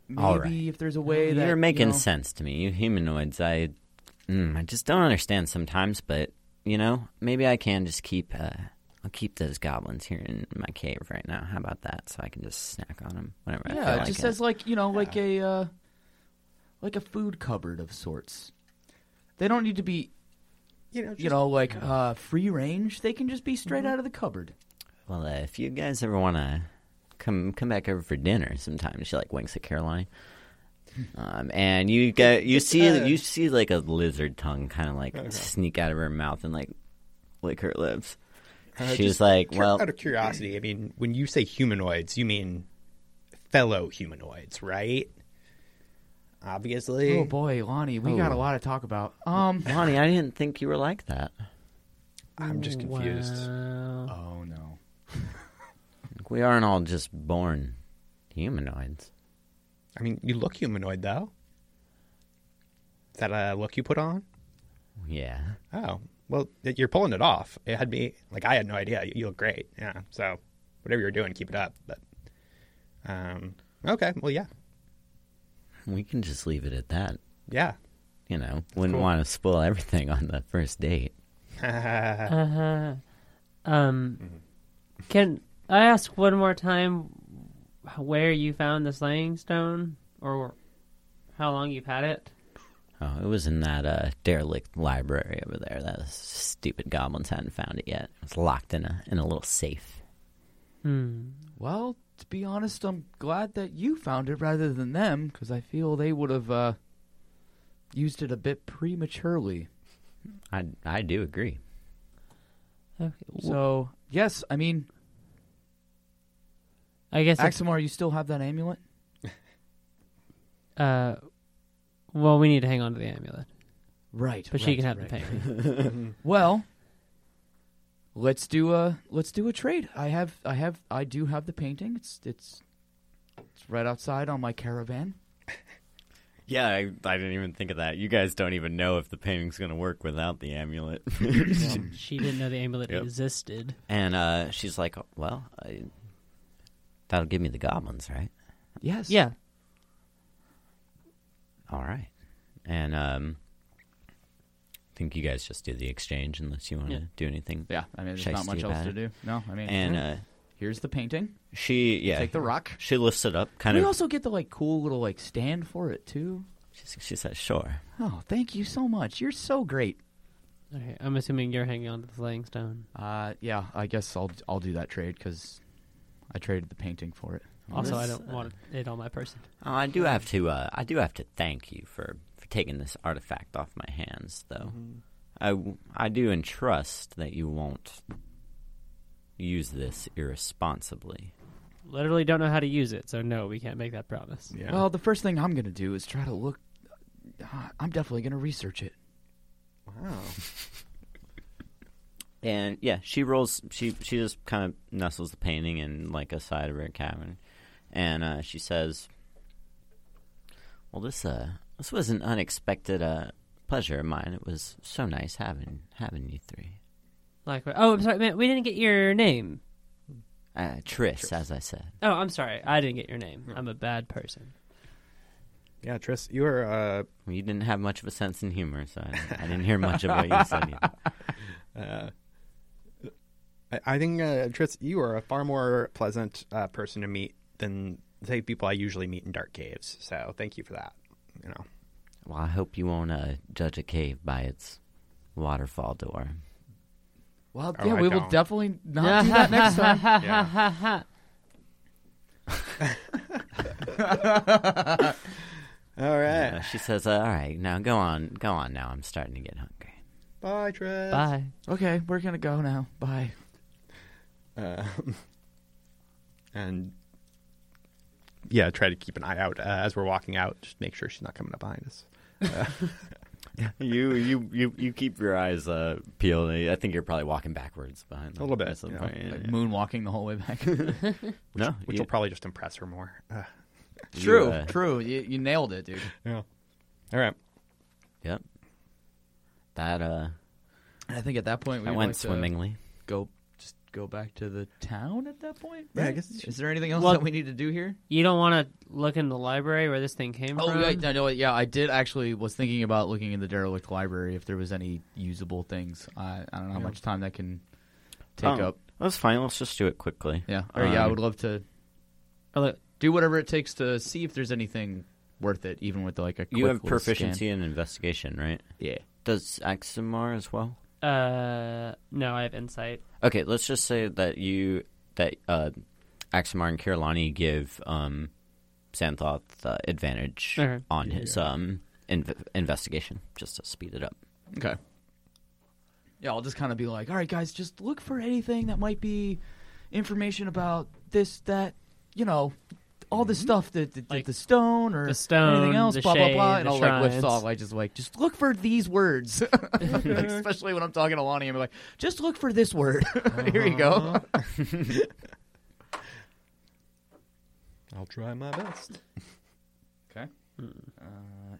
Maybe All right. if there's a way that You're making you know- sense to me, you humanoids. I mm, I just don't understand sometimes, but you know, maybe I can just keep. Uh, I'll keep those goblins here in my cave right now. How about that? So I can just snack on them whenever I feel Yeah, it like just it. says like you know, like a uh, like a food cupboard of sorts. They don't need to be, You know. Just, you know, like uh, free range. They can just be straight out of the cupboard. Well, uh, if you guys ever want to come come back over for dinner sometime, she like winks at Caroline. *laughs* Um, and you get you see uh, you see like a lizard tongue kind of like sneak out of her mouth and like lick her lips. uh, she just was like, cur- "Well, out of curiosity, I mean, when you say humanoids, you mean fellow humanoids, right? Obviously. Oh boy, Lonnie, we got a Oh. lot to talk about. Um, *laughs* Lonnie, I didn't think you were like that. I'm just confused. Wow. oh no, We aren't all just born humanoids. I mean, you look humanoid though. Is that a look you put on? Yeah, Oh, well, y- you're pulling it off. It had me like I had no idea. You, you look great. Yeah. So, whatever you're doing, keep it up. But, um, okay. Well, yeah, we can just leave it at that. yeah. You know, wouldn't want to spoil everything on the first date. Uh-huh. Um, Mm-hmm. can I ask one more time where you found the slaying stone or how long you've had it? Oh, it was in that uh, derelict library over there. That stupid goblins hadn't found it yet. It was locked in a in a little safe. Hmm. well, to be honest, I'm glad that you found it rather than them because I feel they would have uh, used it a bit prematurely. I I do agree. Okay. So So yes, I mean, I guess it's, Axamar, you still have that amulet? uh, well, we need to hang on to the amulet, Right, but she can have the painting. Well, let's do a let's do a trade. I have I have I do have the painting. It's it's it's right outside on my caravan. Yeah, I, I didn't even think of that. You guys don't even know if the painting's going to work without the amulet. *laughs* *clears throat* she didn't know the amulet Yep. existed. and uh, she's like, "Well, I, that'll give me the goblins, right? Yes. Yeah. All right." And um, I think you guys just do the exchange unless you want to Yeah. do anything. Yeah. I mean, there's Should I not much steal else that? to do. No. I mean, And uh, here's the painting. she yeah Take the rock. she lifts it up kind we of. also get the like cool little like stand for it too. she, she says, "Sure." Oh, thank you so much. You're so great. Okay. I'm assuming you're hanging on to the slaying stone. Uh, yeah. I guess I'll I'll do that trade because I traded the painting for it. Also, I This, don't want it on my person. Oh, I do have to. Uh, I do have to thank you for, for taking this artifact off my Mm-hmm. hands, though. I w I I do entrust that you won't use this irresponsibly. Literally don't know how to use it, so no, we can't make that promise. Yeah. Well, the first thing I'm going to do is try to look. Uh, I'm definitely going to research it. wow. And yeah, she rolls. She she just kind of nestles the painting in like a side of her cabin, and uh, she says, "Well, this uh this was an unexpected uh pleasure of mine. It was so nice having having you three. Like, oh, I'm sorry, man, we didn't get your name. Uh, Tris, as I said. Oh, I'm sorry, I didn't get your name. I'm a bad person. Yeah, Tris, you are uh, Well, you didn't have much of a sense in humor, so I didn't, I didn't hear much of what you said. Either. I- I think uh, Tris, you are a far more pleasant uh, person to meet than say people I usually meet in dark caves. So thank you for that. You know, *laughs* Well, I hope you won't uh, judge a cave by its waterfall door. Well, Oh, yeah, I we will don't. definitely not do *laughs* that next time. yeah. *laughs* All right, Uh, she says, uh, "All right, now go on, go on. Now I'm starting to get hungry." bye, Tris. Bye. Okay, we're going to go now. Bye. and yeah, try to keep an eye out uh, as we're walking out. Just make sure she's not coming up behind us. *laughs* You you you you keep your eyes uh, peeled. I think you're probably walking backwards behind them A little bit, at some yeah. point. Like moonwalking the whole way *laughs* back. no, Which you- will probably just impress her more. Uh, you, true, uh, true. You, you nailed it, dude. yeah. All right. Yep. That uh, I think at that point we that went swimmingly. go just go back to the town at that point. Yeah, I right? guess it's- Is there anything else Well- that we need to do here? You don't want to look in the library where this thing came Oh, from. yeah, I know. what, Yeah, I did actually was thinking about looking in the derelict library if there was any usable things. I, I don't know how much time that can Um, take Oh, up. That's fine. Let's just do it quickly. Yeah, or yeah, I Um, would love to Or look- do whatever it takes to see if there's anything worth it, even with like a. Quick You have little scan. proficiency in investigation, right? Yeah. Does Aximar as well? Uh, no, I have insight. Okay, let's just say that you that uh, Aximar and Kirlani give um, Santhoth uh, advantage Okay. on his um, inv- investigation, just to speed it up. Okay. Yeah, I'll just kind of be like, all right, guys, just look for anything that might be information about this, that, you know, all Mm-hmm. this stuff, the, the, Like the stone or the stone, anything else, the blah, blah, blah. shade, And the I'll like shrines. list off, like, just like, just look for these *laughs* words. *laughs* Like, especially when I'm talking to Lonnie, I'm like, just look for this word. *laughs* Here you Uh-huh. go. I'll try my best. Okay. Uh,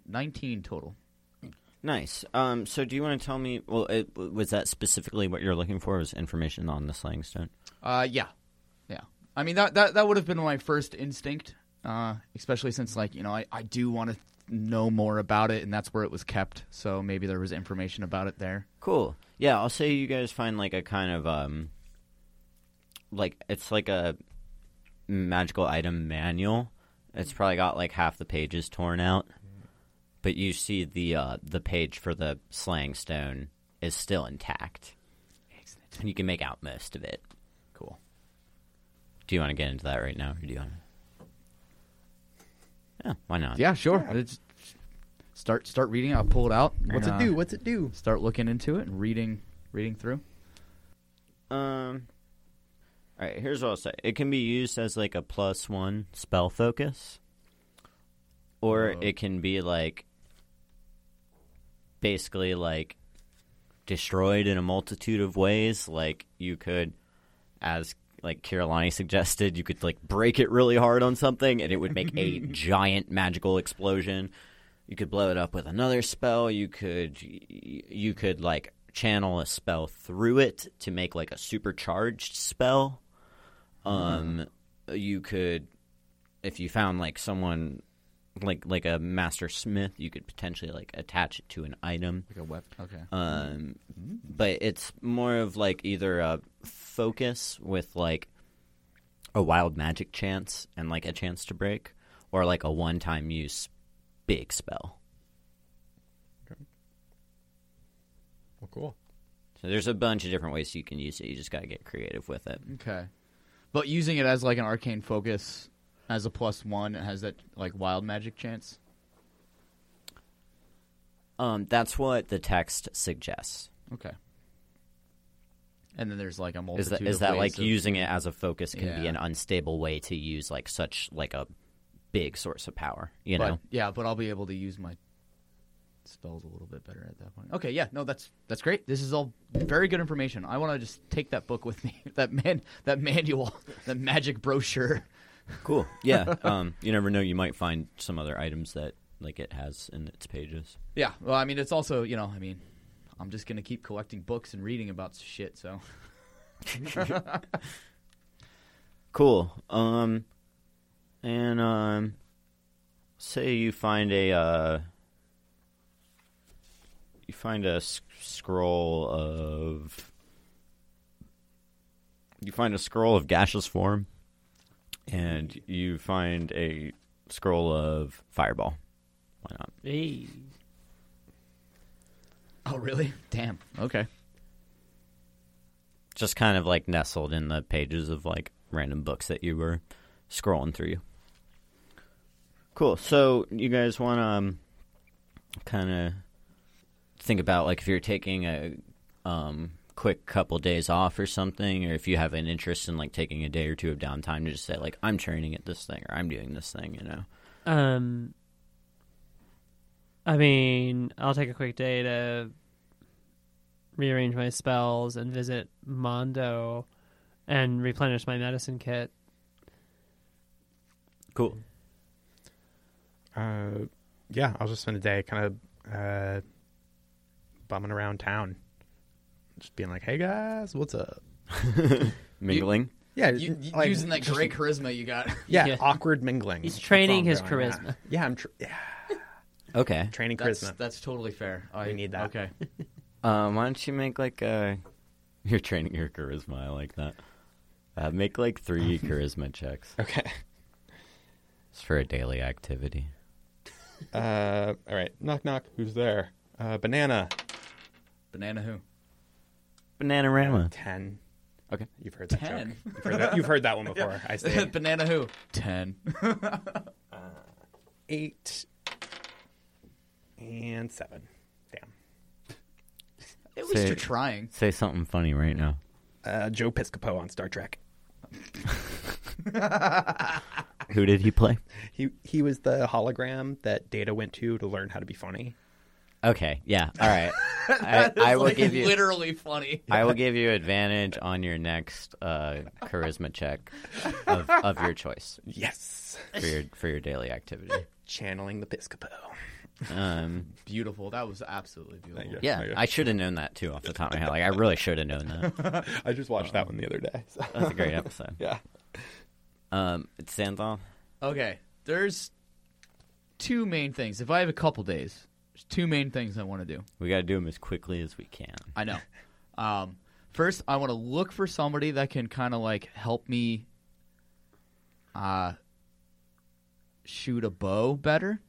19 total. Nice. Um, so, do you want to tell me? Well, it, was that specifically what you're looking for? Was information on the slang stone? Uh, yeah, yeah. I mean that that that would have been my first instinct, uh, especially since like you know I I do want to know more about it, and that's where it was kept. So maybe there was information about it there. Cool. Yeah, I'll say you guys find like a kind of um like it's like a magical item manual. It's probably got like half the pages torn out. But you see the uh the page for the slang stone is still intact. Excellent. And you can make out most of it. Cool. Do you want to get into that right now or do you want to Yeah, why not? Yeah, sure. It's- start start reading. I'll pull it out. What's it and, do? uh, What's it do? Start looking into it and reading reading through. Um all right, here's what I'll say. It can be used as like a plus one spell focus, or Whoa. it can be like basically like destroyed in a multitude of ways. Like you could, as like Kirillani suggested, you could like break it really hard on something, and it would make a giant magical explosion. You could blow it up with another spell. You could you could like channel a spell through it to make like a supercharged spell. Um, you could if you found like someone like like a master smith, you could potentially like attach it to an item. Like a Uh. weapon. Okay. Um, but it's more of like either a focus with like a wild magic chance and like a chance to break, or like a one time use big spell. Well, cool. So there's a bunch of different ways you can use it. You just gotta get creative with it. Okay. But using it as like an arcane focus as a plus one, it has that like wild magic chance. Um, that's what the text suggests. Okay. And then there's like a Is multitude. that is of that ways like of- using it as a focus can be Yeah. an unstable way to use like such like a big source of power? You but, know, Yeah, but I'll be able to use my spells a little bit better at that point. Okay, yeah, no, that's that's great. This is all very good information. I want to just take that book with me, *laughs* that man, that manual, *laughs* that magic brochure. cool. *laughs* Yeah, um, you never know. You might find some other items that like it has in its pages. Yeah, well, I mean, it's also you know, I mean, I'm just gonna keep collecting books and reading about shit. So *laughs* Cool. Um, and um, say you find a uh, you find a s- scroll of you find a scroll of gaseous form, and you find a scroll of fireball. Why not? Hey. oh really? Damn. Okay. Just kind of like nestled in the pages of like random books that you were scrolling through. Cool. So you guys want to um, kind of think about like if you're taking a um, quick couple days off or something, or if you have an interest in like taking a day or two of downtime to just say like I'm training at this thing or I'm doing this thing, you know. Um. I mean, I'll take a quick day to rearrange my spells and visit Mondo and replenish my medicine kit. Cool. Uh, yeah, I'll just spend a day kind of uh, bumming around town, just being like, "Hey guys, what's up?" Mingling. Yeah, You, you- like, using that just- great charisma you got. Yeah, Yeah. awkward mingling. He's That's training all I'm his doing, charisma. Yeah, yeah I'm tr- yeah, okay. training That's *laughs* charisma. that's totally fair. I We need that. *laughs* Okay. Um, why don't you make like a? *laughs* You're training your charisma. I like that. Uh, make like *laughs* three charisma checks. Okay. It's for a daily activity. Uh, all right. Knock knock. Who's there? Uh, banana. Banana who? Bananarama. Ten. Okay. You've heard that Ten? joke. You've heard that, you've heard *laughs* that one before. I say Banana who? Ten. eight and seven. Damn. At least Say- you're *laughs* trying. Say something funny right now. Uh, Joe Piscopo on Star Trek. Who did he play? He he was the hologram that Data went to to learn how to be funny. Okay. Yeah. All *laughs* right. I, It's I will like give you. literally funny. I will give you advantage on your next uh, charisma check of, of your choice Yes. for your for your daily activity. Channeling the Piscopo. Um, Beautiful. That was absolutely beautiful. you. *laughs* yeah, I should have known that too off the top of my head. Like I really should have known that. I just watched that one the other day. so- *laughs* That's a great episode. yeah. Um, it's Santhal. Okay, there's two main things. If I have a couple days, there's two main things I want to do. We got to do them as quickly as we can. *laughs* I know. Um, first, I want to look for somebody that can kind of like help me uh, shoot a bow *laughs* better.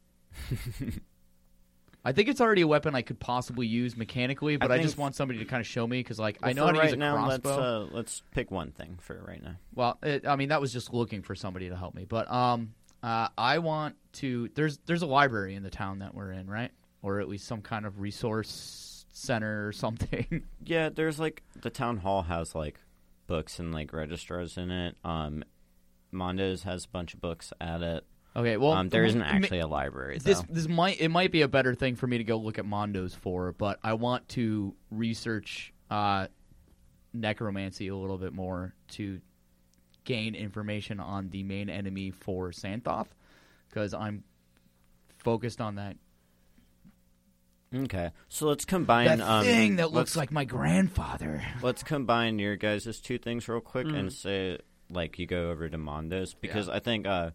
I think it's already a weapon I could possibly use mechanically, but I, think- just want somebody to kind of show me because, like, I know For how to right use a now, crossbow. Let's, uh, let's pick one thing for right now. Well, it, I mean, that was just looking for somebody to help me. But um, uh, I want to. There's there's a library in the town that we're in, right? Or at least some kind of resource center or something. *laughs* Yeah, there's like the town hall has like books and like registrars in it. Um, Mondo's has a bunch of books at it. okay. Well, um, there isn't ma- actually a library though. This this might it might be a better thing for me to go look at Mondo's for, but I want to research uh, necromancy a little bit more to gain information on the main enemy for Santhoth, because I'm focused on that Okay, so let's combine that um, thing that looks let's- like my grandfather. Let's combine your guys' two things real quick Mm. and say like you go over to Mondo's because I think uh,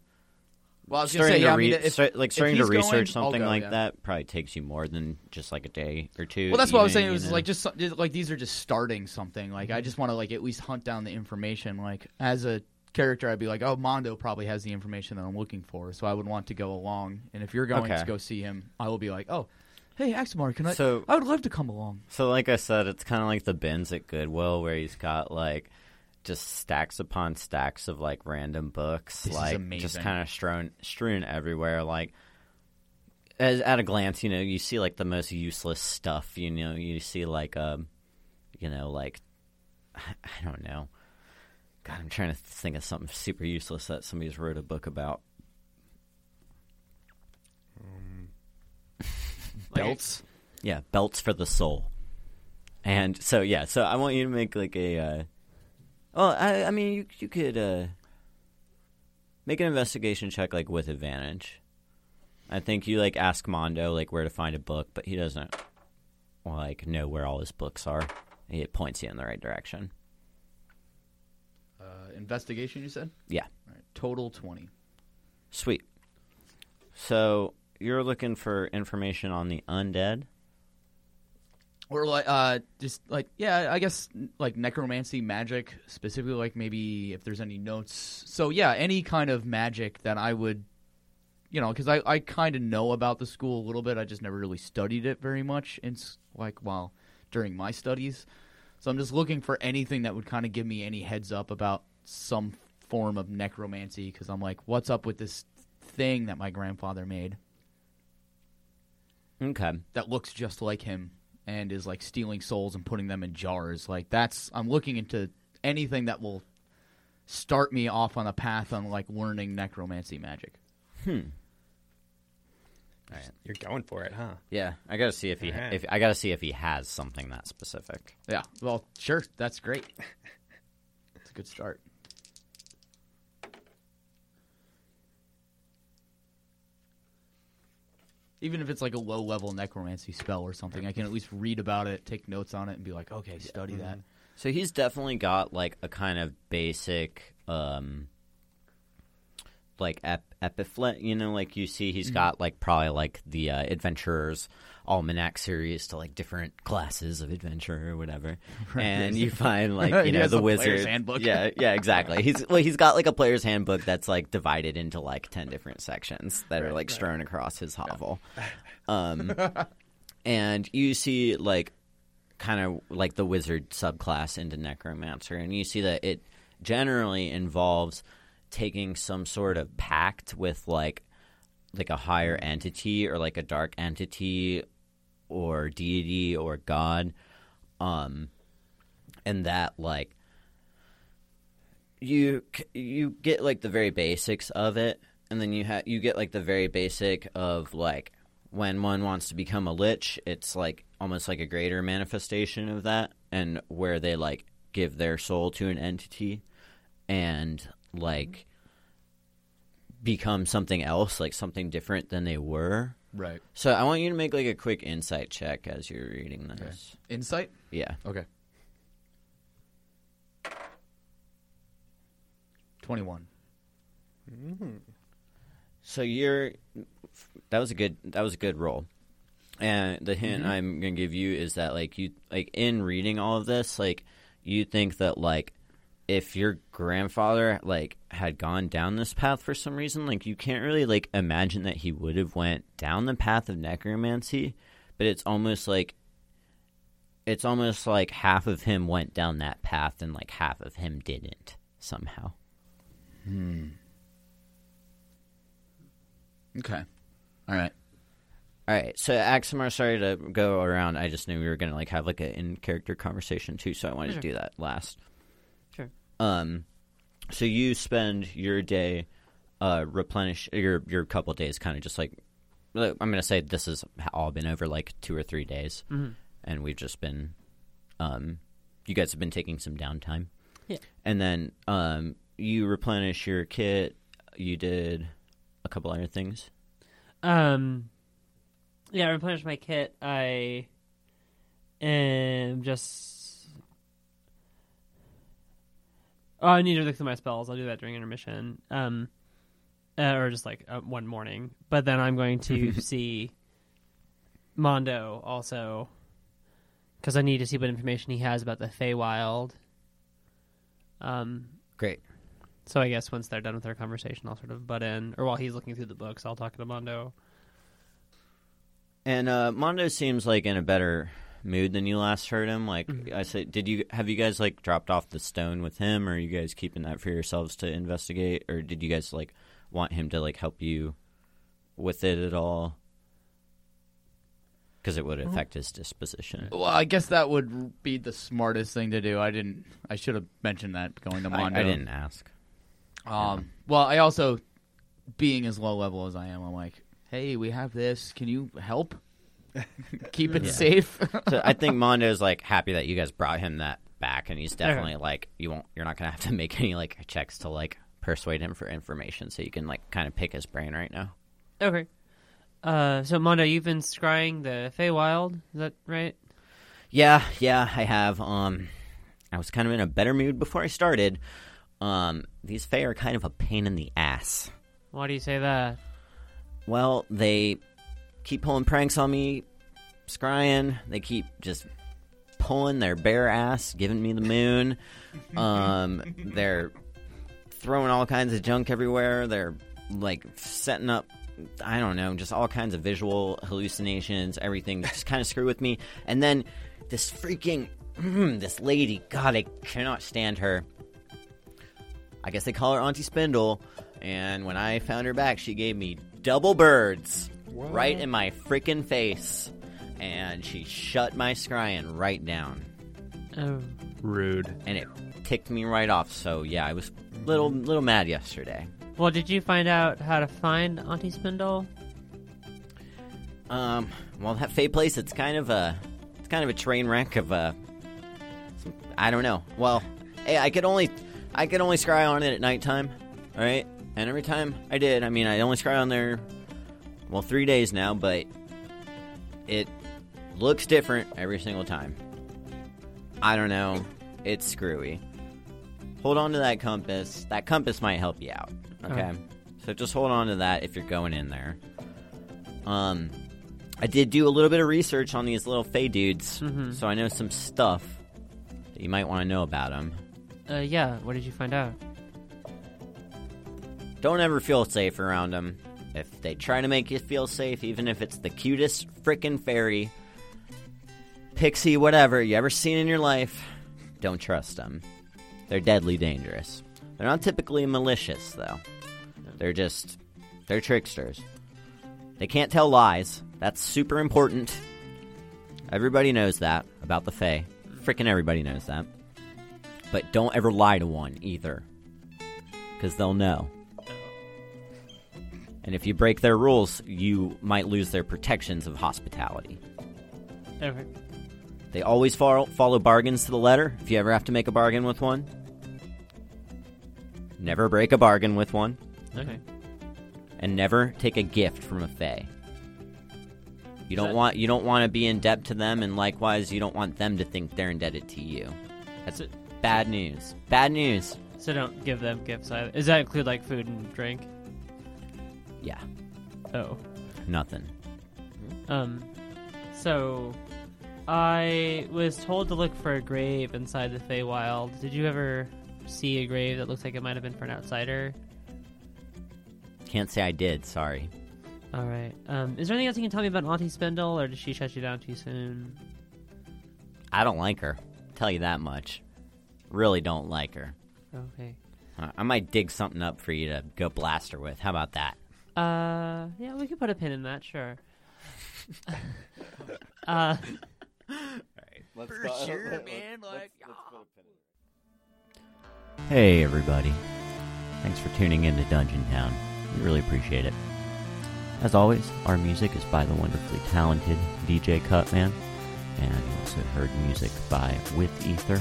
Well, I was starting to re- sta- like starting to he's going, research I'll something go, like yeah. that probably takes you more than just like a day or two. Well, that's what I was even, saying. It you was know? like just so- just, like these are just starting something. Like I just want to like at least hunt down the information. Like as a character, I'd be like, oh, Mondo probably has the information that I'm looking for, so I would want to go along. And if you're going Okay. to go see him, I will be like, oh, hey, Axemar, can I? So- I would love to come along. So, like I said, it's kind of like the bins at Goodwill where he's got like just stacks upon stacks of like random books, This is like just amazing. kind of strewn strewn everywhere. Like as, at a glance, you know, you see like *sighs* the most useless stuff. You know, you see like um, you know, like I don't know. God, I'm trying to think of something super useless that somebody's wrote a book about. Like- belts. Yeah, belts for the soul. And so yeah, so I want you to make like a. Uh, well, I, I mean, you you could uh, make an investigation check like with advantage. I think you like ask Mondo like where to find a book, but he doesn't like know where all his books are. It points you in the right direction. Uh, investigation, you said? Yeah. All right, total 20. Sweet. So you're looking for information on the undead. Or like, uh, just like, yeah, I guess like necromancy, magic, specifically like maybe if there's any notes. So yeah, any kind of magic that I would, you know, because I, I kind of know about the school a little bit. I just never really studied it very much. And like while during my studies, so I'm just looking for anything that would kind of give me any heads up about some form of necromancy. Because I'm like, what's up with this thing that my grandfather made? Okay. that looks just like him and is like stealing souls and putting them in jars. Like that's I'm looking into anything that will start me off on a path on like learning necromancy magic. You're going for it, huh? Yeah, I gotta see if he Alright. if I gotta see if he has something that specific. Yeah. Well, sure, that's great. It's a good start. Even if it's like a low level necromancy spell or something, I can at least read about it, take notes on it, and be like, okay, study that. So he's definitely got like a kind of basic, um, like ep- epiphle- You know, like you see, he's got like probably like the uh, Adventurers Almanac series to like different classes of adventure or whatever. And you find like *laughs* He you know has the a player's wizard handbook. Yeah, yeah, exactly. He's well, he's got like a player's handbook that's like divided into like ten different sections that are like strewn across his *laughs* hovel. Um, and you see like kind of like the wizard subclass into necromancer and you see that it generally involves taking some sort of pact with like like a higher entity or like a dark entity or deity or god um and that like you c- you get like the very basics of it, and then you ha- you get like the very basic of like when one wants to become a lich, it's like almost like a greater manifestation of that, and where they like give their soul to an entity, and like become something else, like something different than they were. Right. So I want you to make like a quick insight check as you're reading this. Insight? Yeah. Okay. 21. So you're that was a good that was a good roll. And the hint I'm going to give you is that like you like in reading all of this like you think that like if your grandfather like had gone down this path for some reason like you can't really like imagine that he would have went down the path of necromancy but it's almost like it's almost like half of him went down that path and like half of him didn't somehow. Okay. All right. All right, so Axamar, sorry to go around. I just knew we were gonna like have like an in character conversation too, so I wanted to do that last. Sure. Um, so you spend your day, uh, replenish your your couple days, kind of just like I'm gonna say this has all been over like two or three days, Mm-hmm. and we've just been, um, you guys have been taking some downtime, Yeah. and then um, you replenish your kit. You did a couple other things. Um, yeah, I replenished my kit. I am just. Oh, I need to look through my spells. I'll do that during intermission, um, uh, or just like uh, one morning. But then I'm going to see Mondo also because I need to see what information he has about the Feywild. Um, Great. so I guess once they're done with their conversation, I'll sort of butt in, or while he's looking through the books, I'll talk to Mondo. And uh, Mondo seems like in a better mood than you last heard him. Like I said, did you have you guys like dropped off the stone with him, or are you guys keeping that for yourselves to investigate, or did you guys like want him to like help you with it at all? because it would affect his disposition. Well, I guess that would be the smartest thing to do. I didn't. I should have mentioned that going to I, Mondo. I didn't ask. Um, well, I also, being as low level as I am, I'm like, hey, we have this. Can you help? Keep it safe. So I think Mondo's like happy that you guys brought him that back, and he's definitely like, you won't, you're not gonna have to make any like checks to like persuade him for information, so you can like kind of pick his brain right now. Okay. Uh, so Mondo, you've been scrying the Feywild. Is that right? Yeah, yeah, I have. Um, I was kind of in a better mood before I started. Um, these Fey are kind of a pain in the ass. Why do you say that? Well, they keep pulling pranks on me, scrying. They keep just pulling their bare ass, giving me the moon. Um, they're throwing all kinds of junk everywhere. They're like setting up, I don't know, just all kinds of visual hallucinations, everything to just kind of screw with me. And then this freaking, *clears throat* this lady, God, I cannot stand her. I guess they call her Auntie Spindle. And when I found her back, she gave me double birds right in my freaking face. And she shut my scrying right down. Oh, Rude. And it ticked me right off. So yeah, I was little little mad yesterday. well, did you find out how to find Auntie Spindle? Um, well, that Fey place, it's kind of a, it's kind of a train wreck of a, some, I don't know. Well, hey, I could only, I could only scry on it at nighttime, all right. And every time I did, I mean, I only scry on there, well, three days now, but it looks different every single time. I don't know. It's screwy. Hold on to that compass. That compass might help you out. Okay. So just hold on to that if you're going in there. Um, I did do a little bit of research on these little Fey dudes, so I know some stuff that you might want to know about them. Uh, yeah. What did you find out? Don't ever feel safe around them. If they try to make you feel safe, even if it's the cutest frickin' fairy, pixie, whatever you ever seen in your life, don't trust them. They're deadly dangerous. They're not typically malicious, though. They're just. They're tricksters. They can't tell lies. That's super important. Everybody knows that about the Fae. Frickin' everybody knows that. But don't ever lie to one either. Because they'll know. And if you break their rules, you might lose their protections of hospitality. Okay. They always follow, follow bargains to the letter. If you ever have to make a bargain with one, never break a bargain with one, Okay. and never take a gift from a fae. You don't that- want you don't want to be in debt to them, and likewise, you don't want them to think they're indebted to you. That's So- bad news. Bad news. So don't give them gifts either. Does that include like food and drink? Yeah, Oh. nothing. Um. So, I was told to look for a grave inside the Feywild. Did you ever see a grave that looks like it might have been for an outsider? Can't say I did. Sorry. All right. Um, is there anything else you can tell me about Auntie Spindle, or did she shut you down too soon? I don't like her. Tell you that much. Really don't like her. Okay. Uh, I might dig something up for you to go blast her with. How about that? Uh, yeah, we could put a pin in that, sure. uh, Hey, everybody. Thanks for tuning in to Dungeon Town. We really appreciate it. As always, our music is by the wonderfully talented DJ Cutman, and you also heard music by With Ether,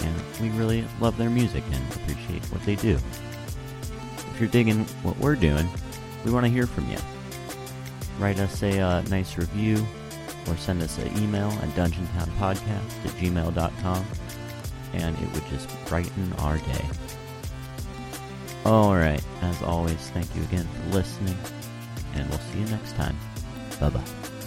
and we really love their music and appreciate what they do. If you're digging what we're doing, we want to hear from you. Write us a uh, nice review or send us an email at dungeontownpodcast at gmail.com and it would just brighten our day. Alright, as always, thank you again for listening, and we'll see you next time. Bye bye.